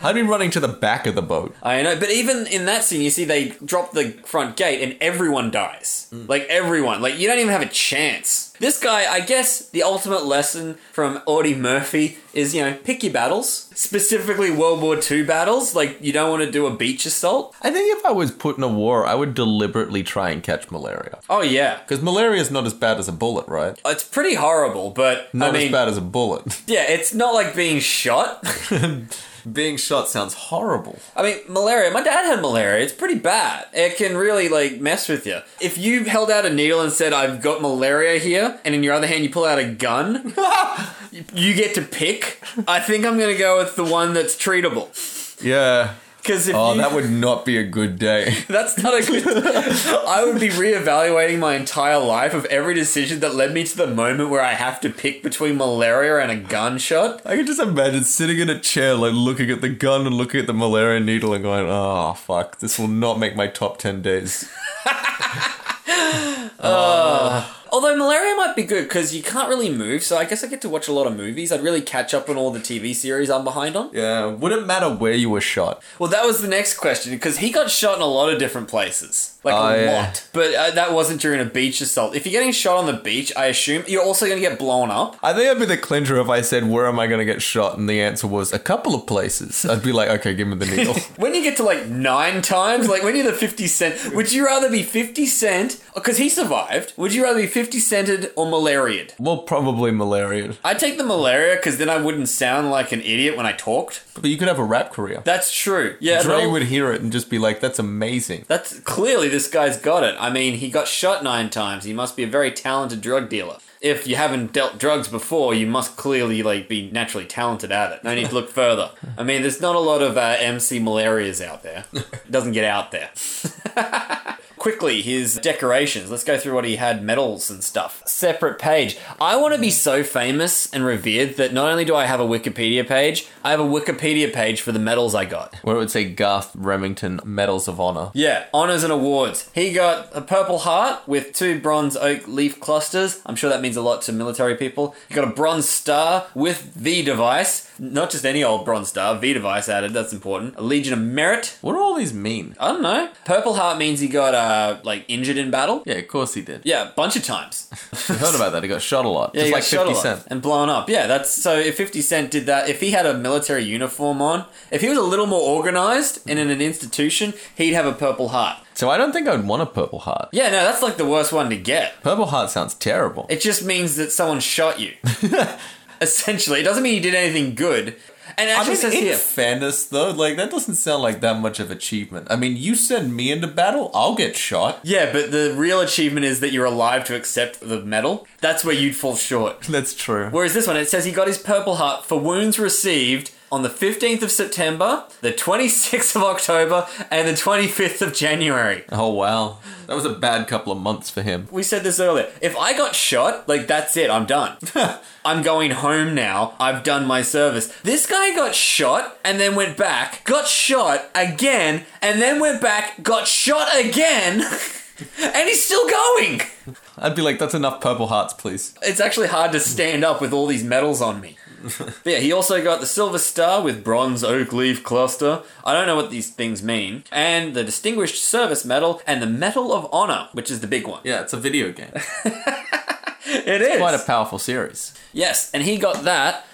I'd be running to the back of the boat. I know, but even in that scene, you see they drop the front gate and everyone dies. Like everyone, like you don't even have a chance. This guy, I guess, the ultimate lesson from Audie Murphy is you know pick your battles, specifically World War II battles. Like you don't want to do a beach assault. I think if I was put in a war, I would deliberately try and catch malaria. Oh yeah, Because malaria is not as bad as a bullet, right? it's pretty horrible, but Not I mean. as bad as a bullet. Yeah, it's not like being shot. Being shot sounds horrible. I mean, malaria. My dad had malaria. It's pretty bad. It can really like mess with you. If you held out a needle and said, "I've got malaria here," and in your other hand you pull out a gun, you- you get to pick. I think I'm gonna go with the one that's treatable. Yeah. Because if Oh, you, that would not be a good day. that's not a good. I would be reevaluating my entire life of every decision that led me to the moment where I have to pick between malaria and a gunshot. I can just imagine sitting in a chair, like looking at the gun and looking at the malaria needle and going, oh, fuck, this will not make my top 10 days. Although malaria might be good because you can't really move, so I guess I get to watch a lot of movies. I'd really catch up on all the TV series I'm behind on. Yeah, wouldn't matter where you were shot. Well, that was the next question because he got shot in a lot of different places, like Oh, a yeah. lot. But uh, that wasn't during a beach assault. If you're getting shot on the beach, I assume you're also going to get blown up. I think I'd be the clincher if I said, where am I going to get shot? And the answer was a couple of places. I'd be like, okay, give me the needle. When you get to like nine times, like when you're the 50 cent, would you rather be 50 cent? Because he survived. Would you rather be 50 cented or malariaed? well, probably malaria. I take the malaria because then I wouldn't sound like an idiot when I talked. But you could have a rap career. That's true. Yeah, Dre no- would hear it and just be like, that's amazing. That's clearly this guy's got it. I mean, he got shot nine times. He must be a very talented drug dealer. If you haven't dealt drugs before, you must clearly like be naturally talented at it. No need to look further. I mean, there's not a lot of uh, MC malarias out there. It doesn't get out there. Quickly, his decorations. Let's go through what he had medals and stuff. Separate page. I want to be so famous and revered that not only do I have a Wikipedia page, I have a Wikipedia page for the medals I got. Where it would say Garth Remington Medals of Honor. Yeah, honors and awards. He got a Purple Heart with two bronze oak leaf clusters. I'm sure that means a lot to military people. He got a Bronze Star with the device. Not just any old Bronze Star, V device added, that's important. A Legion of Merit. What do all these mean? I don't know. Purple Heart means he got, uh, like, injured in battle. Yeah, of course he did. Yeah, a bunch of times. I heard about that. He got shot a lot. Yeah, just he like got shot a 50 lot Cent. and blown up. Yeah, that's so. If Fifty Cent did that, if he had a military uniform on, if he was a little more organized and in an institution, he'd have a Purple Heart. So I don't think I'd want a Purple Heart. Yeah, no, that's like the worst one to get. Purple Heart sounds terrible. It just means that someone shot you. Essentially, it doesn't mean you did anything good. And it I actually mean, says in here, fairness, though, like that doesn't sound like that much of achievement. I mean, you send me into battle, I'll get shot. yeah, but the real achievement is that you're alive to accept the medal. That's where you'd fall short. That's true. Whereas this one, it says he got his Purple Heart for wounds received on the 15th of September, the 26th of October, and the 25th of January. Oh wow, that was a bad couple of months for him. We said this earlier. If I got shot, like that's it, I'm done. I'm going home now. I've done my service. This guy got shot and then went back, got shot again, and then went back, got shot again, and he's still going. I'd be like, that's enough Purple Hearts, please. It's actually hard to stand up with all these medals on me. But yeah, he also got the Silver Star with Bronze Oak Leaf Cluster. I don't know what these things mean. And the Distinguished Service Medal and the Medal of Honor, which is the big one. Yeah, it's a video game. It is. Quite a powerful series. Yes, and he got that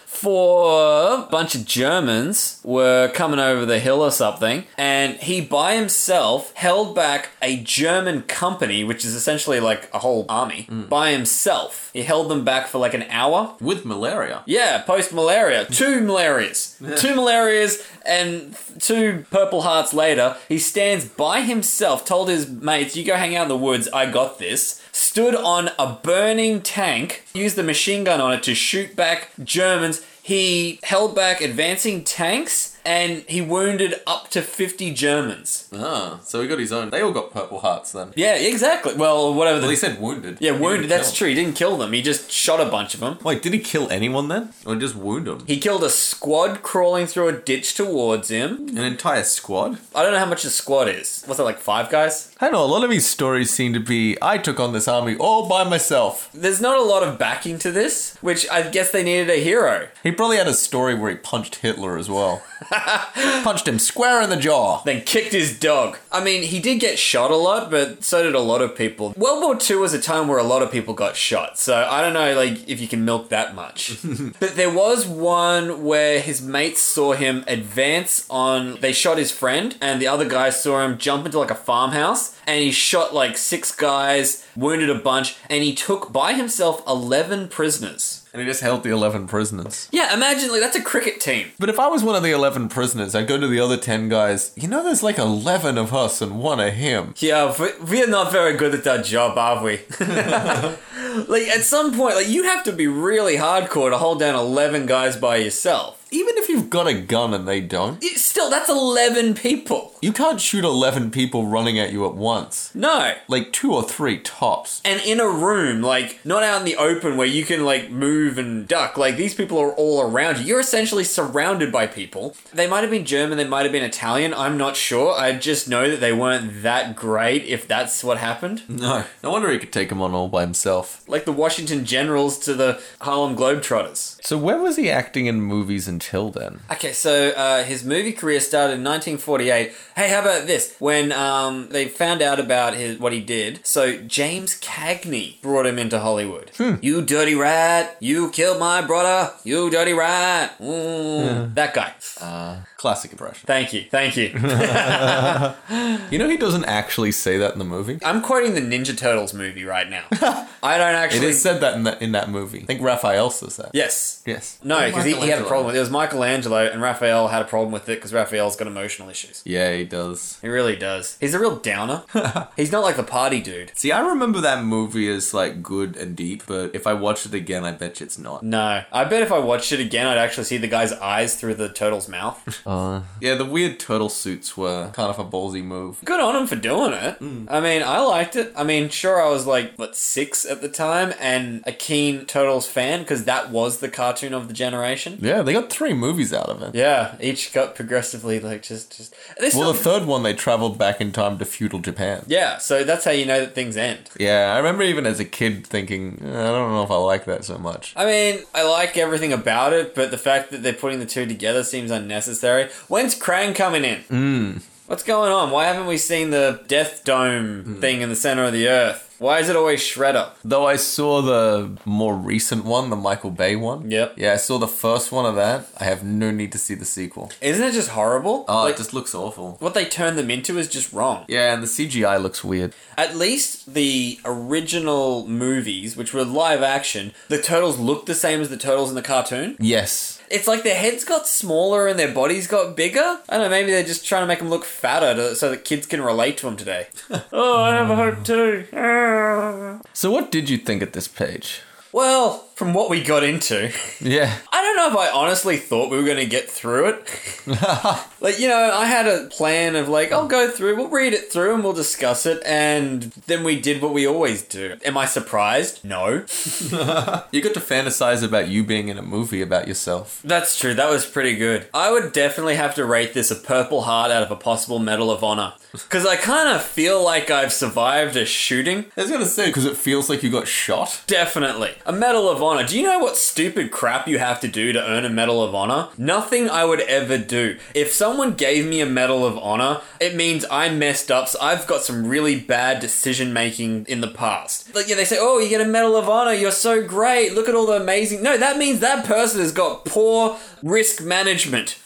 for a bunch of Germans were coming over the hill or something, and he by himself held back a German company, which is essentially like a whole army, by himself. He held them back for like an hour. With malaria. Yeah, post malaria. Two malarias. Two malarias and two purple hearts later, he stands by himself, told his mates, You go hang out in the woods, I got this. Stood on a burning tank, used the machine gun on it to shoot back Germans. He held back advancing tanks and he wounded up to 50 Germans. Ah, so he got his own. They all got Purple Hearts then. Yeah, exactly. Well, whatever Well, he the. said wounded. Yeah, wounded. That's true. He didn't kill them. He just shot a bunch of them. Wait, did he kill anyone then, or just wound them? He killed a squad crawling through a ditch towards him. An entire squad. I don't know how much the squad is. What's that, like five guys? I know a lot of his stories seem to be. I took on this army all by myself. There's not a lot of backing to this, which I guess they needed a hero. He probably had a story where he punched Hitler as well. punched him square in the jaw. Then kicked his dog. I mean, he did get shot a lot, but so did a lot of people. World War II was a time where a lot of people got shot, so I don't know, like, if you can milk that much. but there was one where his mates saw him advance on. They shot his friend, and the other guy saw him jump into like a farmhouse, and he shot like six guys, wounded a bunch, and he took by himself 11 prisoners. and he just held the 11 prisoners. Yeah, imagine like that's a cricket team. But if I was one of the 11 prisoners, I'd go to the other 10 guys, you know, there's like 11 of us and one of him. Yeah, we- we're not very good at that job, are we? like at some point, like you have to be really hardcore to hold down eleven guys by yourself. Even if you've got a gun and they don't, It's still, that's eleven people. you can't shoot 11 people running at you at once. No, Like two or three tops. and in a room, like not out in the open where you can like move and duck. Like these people are all around you. You're essentially surrounded by people. They might have been German, they might have been Italian. I'm not sure. I just know that they weren't that great. If that's what happened, No. No wonder he could take them on all by himself. like the Washington Generals to the Harlem Globetrotters. So where was he acting in movies until then? Okay, so uh, his movie career started in 1948. Hey, how about this? When um, they found out about his what he did, so James Cagney brought him into Hollywood. Hmm. You dirty rat! You killed my brother! You dirty rat! Mm, That guy. Classic impression. Thank you, thank you. You know he doesn't actually say that in the movie? I'm quoting the Ninja Turtles movie right now. I don't It actually. is uh, said that in that in that movie. I think Raphael says that. Yes. Yes. No, because he, he had a Michelangelo. problem with it. It was Michelangelo, and Raphael had a problem with it because Raphael's got emotional issues. Yeah, he does. He really does. He's a real downer. He's not like the party dude. See, I remember that movie as like good and deep, but if I watch it again, I bet you it's not. No, I bet if I watched it again, I'd actually see the guy's eyes through the turtle's mouth. Yeah, the weird turtle suits were kind of a ballsy move. Good on him for doing it. Hmm. I mean, I liked it. I mean, sure, I was like, what, six at the time and a keen Turtles fan because that was the cartoon of the generation. Yeah, they got three movies out of it. Yeah, each got progressively like just just. There's Well, the some- third one they traveled back in time to feudal Japan. yeah, so that's how you know that things end. Yeah, I remember even as a kid thinking, "Eh, I don't know if I like that so much. I mean, I like everything about it, but the fact that they're putting the two together seems unnecessary. When's Krang coming in? Mm. Hmm. What's going on? Why haven't we seen the Death Dome Hmm. thing in the center of the Earth? Why is it always Shredder? Though I saw the more recent one, the Michael Bay one. Yep. Yeah, I saw the first one of that. I have no need to see the sequel. Isn't it just horrible? Oh, like, it just looks awful. what they turn them into is just wrong. Yeah, and the CGI looks weird. At least the original movies, which were live action, the turtles looked the same as the turtles in the cartoon. Yes. It's like their heads got smaller and their bodies got bigger. I don't know, maybe they're just trying to make them look fatter to, so that kids can relate to them today. oh, I have a hope too. Ah. So, what did you think at this page? well, from what we got into, Yeah. I don't know if I honestly thought we were going to get through it. like, you know, I had a plan of like, I'll go through, we'll read it through and we'll discuss it. And then we did what we always do. Am I surprised? No. You got to fantasize about you being in a movie about yourself. That's true. That was pretty good. I would definitely have to rate this a purple heart out of a possible Medal of Honor. Because I kind of feel like I've survived a shooting. I was gonna say, because it feels like you got shot. Definitely. A Medal of Honor. Do you know what stupid crap you have to do to earn a Medal of Honor? Nothing I would ever do. If someone gave me a Medal of Honor, it means I messed up. So I've got some really bad decision making in the past. Like, yeah, they say, oh, you get a Medal of Honor. You're so great. Look at all the amazing. No, that means that person has got poor risk management.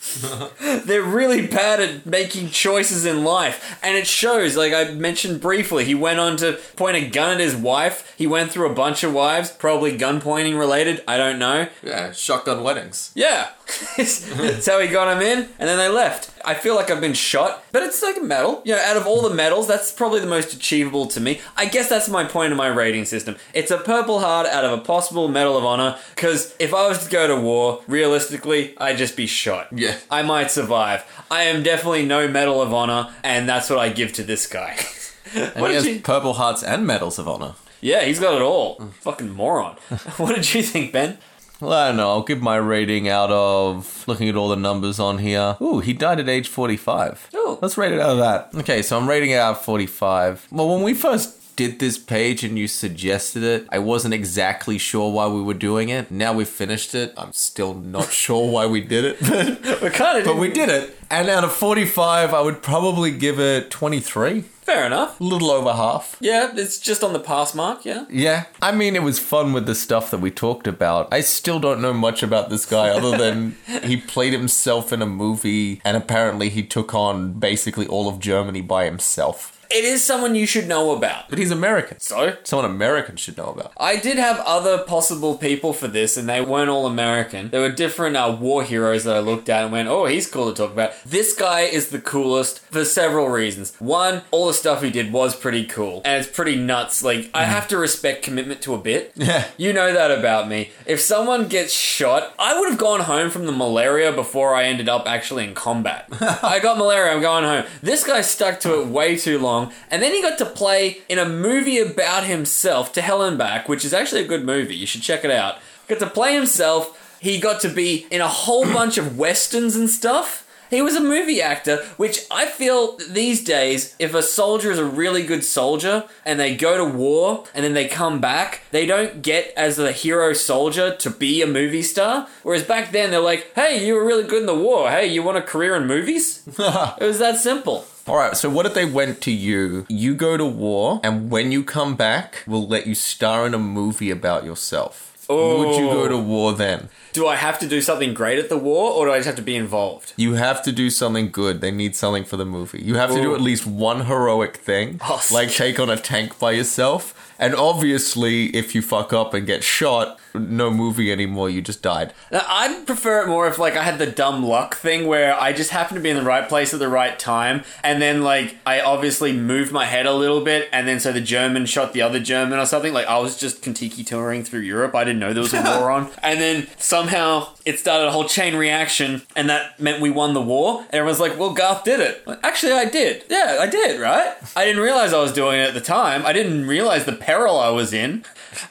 They're really bad at making choices in life, and it shows. Like I mentioned briefly, he went on to point a gun at his wife. He went through a bunch of wives, probably gun pointing related. I don't know. Yeah, shotgun weddings. Yeah, that's how he got him in, and then they left. I feel like I've been shot, but it's like a medal. You know, out of all the medals, that's probably the most achievable to me. I guess that's my point of my rating system. It's a Purple Heart out of a possible Medal of Honor, because if I was to go to war, realistically, I'd just be shot. Yeah. I might survive. I am definitely no Medal of Honor, and that's what I give to this guy. And what he did has you? purple hearts and medals of honor. Yeah, he's got it all. Fucking moron. what did you think, Ben? Well, I don't know. I'll give my rating out of looking at all the numbers on here. Ooh, he died at age 45. Ooh. Let's rate it out of that. Okay, so I'm rating it out of 45. Well, when we first did this page and you suggested it, I wasn't exactly sure why we were doing it. Now we've finished it. I'm still not sure why we did it, but, We kind of. but we did it. And out of 45, I would probably give it 23, Fair enough. a little over half. Yeah, it's just on the pass mark, yeah. Yeah. I mean, it was fun with the stuff that we talked about. I still don't know much about this guy other than he played himself in a movie and apparently he took on basically all of Germany by himself. It is someone you should know about. But he's American. So, Someone American should know about. I did have other possible people for this, and they weren't all American. There were different uh, war heroes that I looked at and went, oh, he's cool to talk about. This guy is the coolest for several reasons. One, all the stuff he did was pretty cool, and it's pretty nuts. Like, I have to respect commitment to a bit. Yeah. You know that about me. If someone gets shot, I would have gone home from the malaria before I ended up actually in combat. I got malaria, I'm going home. This guy stuck to it way too long, and then he got to play in a movie about himself to Helen Back, which is actually a good movie. You should check it out. Got to play himself. He got to be in a whole bunch of westerns and stuff. He was a movie actor, which I feel these days, if a soldier is a really good soldier and they go to war and then they come back, they don't get as a hero soldier to be a movie star. Whereas back then, they're like, hey, you were really good in the war. Hey, you want a career in movies? it was that simple. All right, so what if they went to you? You go to war, and when you come back, we'll let you star in a movie about yourself. Would you go to war then? Do I have to do something great at the war or do I just have to be involved? You have to do something good. They need something for the movie. You have to do Ooh. at least one heroic thing, Oh, like sick. take on a tank by yourself. And obviously, if you fuck up and get shot, no movie anymore. You just died. Now, I'd prefer it more if like I had the dumb luck thing where I just happened to be in the right place at the right time, and then like I obviously moved my head a little bit, and then so the German shot the other German or something. Like I was just Kentucky touring through Europe. I didn't know there was a war on, and then somehow it started a whole chain reaction, and that meant we won the war. And everyone's like, "Well, Garth did it." Like, Actually, I did. Yeah, I did. Right? I didn't realize I was doing it at the time. I didn't realize the peril I was in.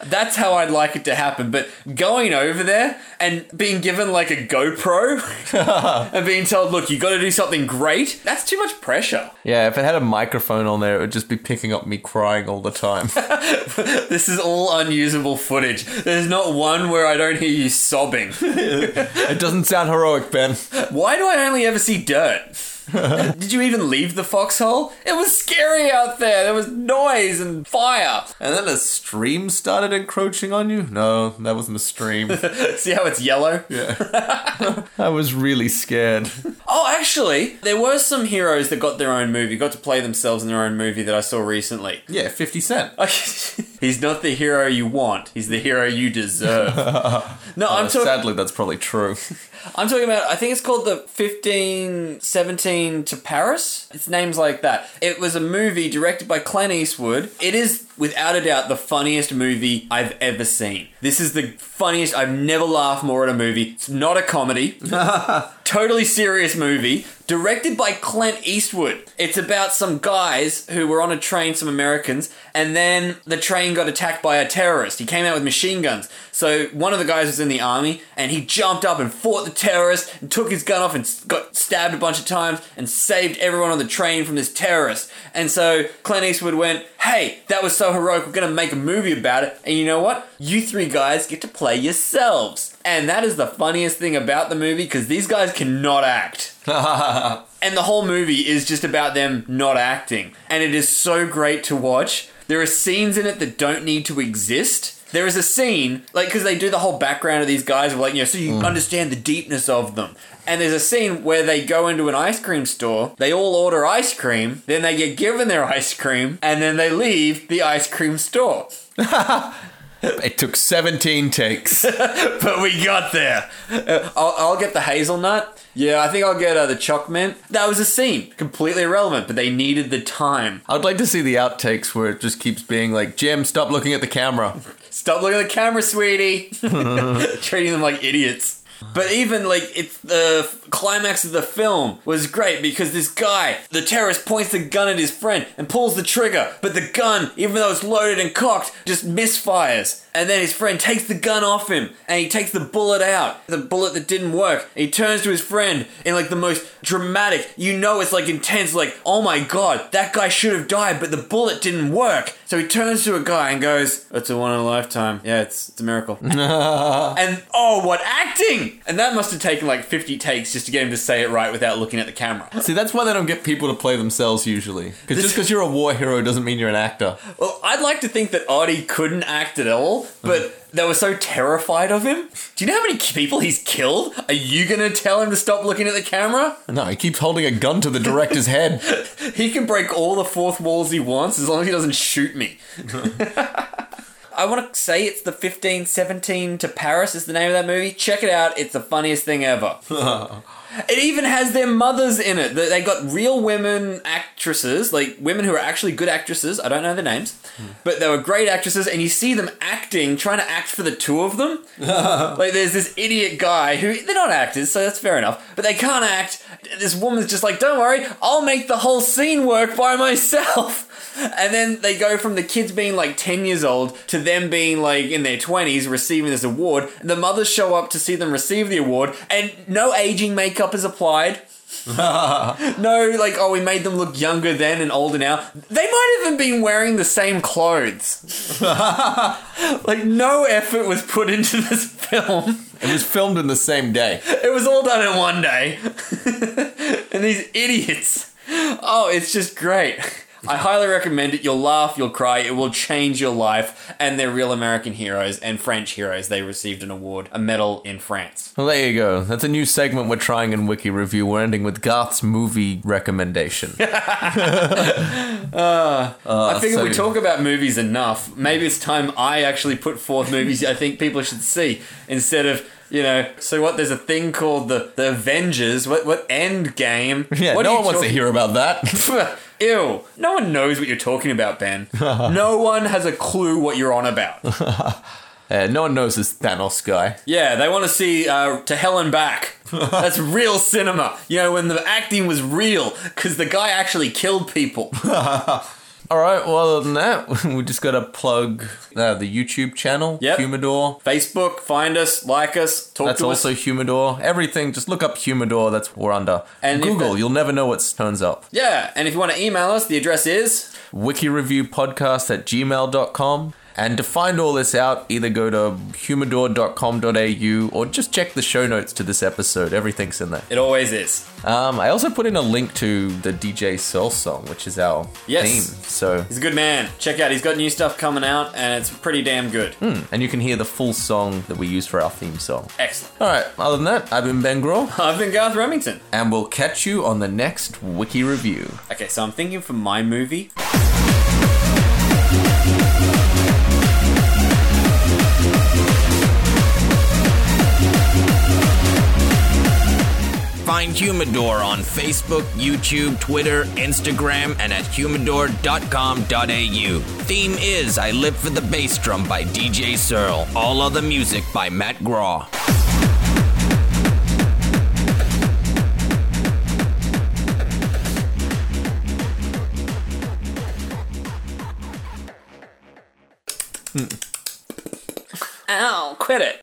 That's how I'd like it to happen. But going over there and being given like a GoPro and being told, look, you got to do something great, that's too much pressure. Yeah, if it had a microphone on there, it would just be picking up me crying all the time. This is all unusable footage. There's not one where I don't hear you sobbing. it doesn't sound heroic, Ben. Why do I only ever see dirt? Did you even leave the foxhole? It was scary out there. There was noise and fire. And then a stream started encroaching on you? No, that wasn't a stream. See how it's yellow? I was really scared. Oh, actually, there were some heroes that got their own movie, got to play themselves in their own movie that I saw recently. Yeah, 50 Cent. he's not the hero you want. He's the hero you deserve. No, I'm talking. Uh, Sadly, that's probably true. I'm talking about. I think it's called the 1517 to Paris. It's names like that. It was a movie directed by Clint Eastwood. It is without a doubt the funniest movie I've ever seen. This is the funniest. I've never laughed more at a movie. It's not a comedy. totally serious movie directed by Clint Eastwood. It's about some guys who were on a train, some Americans, and then the train got attacked by a terrorist. He came out with machine guns. So one of the guys was in the army and he jumped up and fought the terrorist and took his gun off and s- got stabbed a bunch of times and saved everyone on the train from this terrorist. And so Clint Eastwood went, "Hey, that was so heroic. We're going to make a movie about it." And you know what? You three guys get to play yourselves. And that is the funniest thing about the movie because these guys cannot act. and the whole movie is just about them not acting. And it is so great to watch. There are scenes in it that don't need to exist. There is a scene, like, because they do the whole background of these guys, like, you know, so you understand the deepness of them. And there's a scene where they go into an ice cream store, they all order ice cream, then they get given their ice cream, and then they leave the ice cream store. It took 17 takes. but we got there. Uh, I'll, I'll get the hazelnut. Yeah, I think I'll get uh, the choc mint. That was a scene, completely irrelevant, but they needed the time. I'd like to see the outtakes where it just keeps being like, Jim, stop looking at the camera. Stop looking at the camera, sweetie. Treating them like idiots. But even like it's the climax of the film was great because this guy, the terrorist, points the gun at his friend and pulls the trigger, but the gun, even though it's loaded and cocked, just misfires. And then his friend takes the gun off him and he takes the bullet out, the bullet that didn't work. And he turns to his friend in like the most dramatic, you know, it's like intense, like, oh my god, that guy should have died, but the bullet didn't work. So he turns to a guy and goes, "That's a one in a lifetime. Yeah, it's, it's a miracle." and oh, what acting! Really? And that must have taken like 50 takes just to get him to say it right without looking at the camera. See, that's why they don't get people to play themselves usually. Because just because you're a war hero doesn't mean you're an actor. Well, I'd like to think that Artie couldn't act at all, but they were so terrified of him. Do you know how many people he's killed? Are you gonna tell him to stop looking at the camera? No, he keeps holding a gun to the director's head. He can break all the fourth walls he wants as long as he doesn't shoot me. I want to say it's the 1517 to Paris is the name of that movie. Check it out. It's the funniest thing ever. it even has their mothers in it. They they got real women actresses, like women who are actually good actresses. I don't know their names, but they were great actresses and you see them acting, trying to act for the two of them. Like there's this idiot guy who they're not actors, so that's fair enough. But they can't act. This woman's just like, don't worry, I'll make the whole scene work by myself. And then they go from the kids being like ten years old to them being like in their twenties receiving this award. And the mothers show up to see them receive the award, and no aging makeup is applied. no, like, oh, we made them look younger then and older now. They might have even been wearing the same clothes. like, no effort was put into this film. It was filmed in the same day. It was all done in one day. and these idiots. Oh, it's just great. I highly recommend it. You'll laugh, you'll cry, it will change your life. And they're real American heroes and French heroes. They received an award, a medal in France. Well, there you go. That's a new segment we're trying in Wiki Review. We're ending with Garth's movie recommendation. I figure so- we talk about movies enough. Maybe it's time I actually put forth movies I think people should see instead of. You know, so what? There's a thing called the the Avengers. What? What? End game? yeah, what no are you one wants to talking- hear about that. Pff, Ew. No one knows what you're talking about, Ben. no one has a clue what you're on about. Uh, no one knows this Thanos guy. Yeah, they want to see uh, To Hell and Back. That's real cinema. You know, when the acting was real, because the guy actually killed people. All right, well, other than that, we just got to plug uh, the YouTube channel, Yep. Humidor. Facebook, find us, like us, talk That's to also us. Humidor. Everything, just look up Humidor. That's what we're under. And And if Google, that- you'll never know what turns up. Yeah, and if you want to email us, the address is. wikireviewpodcast at gmail.com. And to find all this out, either go to humidor.com.au or just check the show notes to this episode. Everything's in there. It always is. Um, I also put in a link to the DJ Soul song, which is our Yes. theme. So, He's a good man. Check out, he's got new stuff coming out, and it's pretty damn good. and you can hear the full song that we use for our theme song. Excellent. All right. Other than that, I've been Ben Graw, I've been Garth Remington. and we'll catch you on the next Wiki Review. Okay, so I'm thinking for my movie, Find Humidor on Facebook, YouTube, Twitter, Instagram, and at humidor.com.au. Theme is I Live for the Bass Drum by DJ Searle. All other music by Matt Graw. Ow, quit it.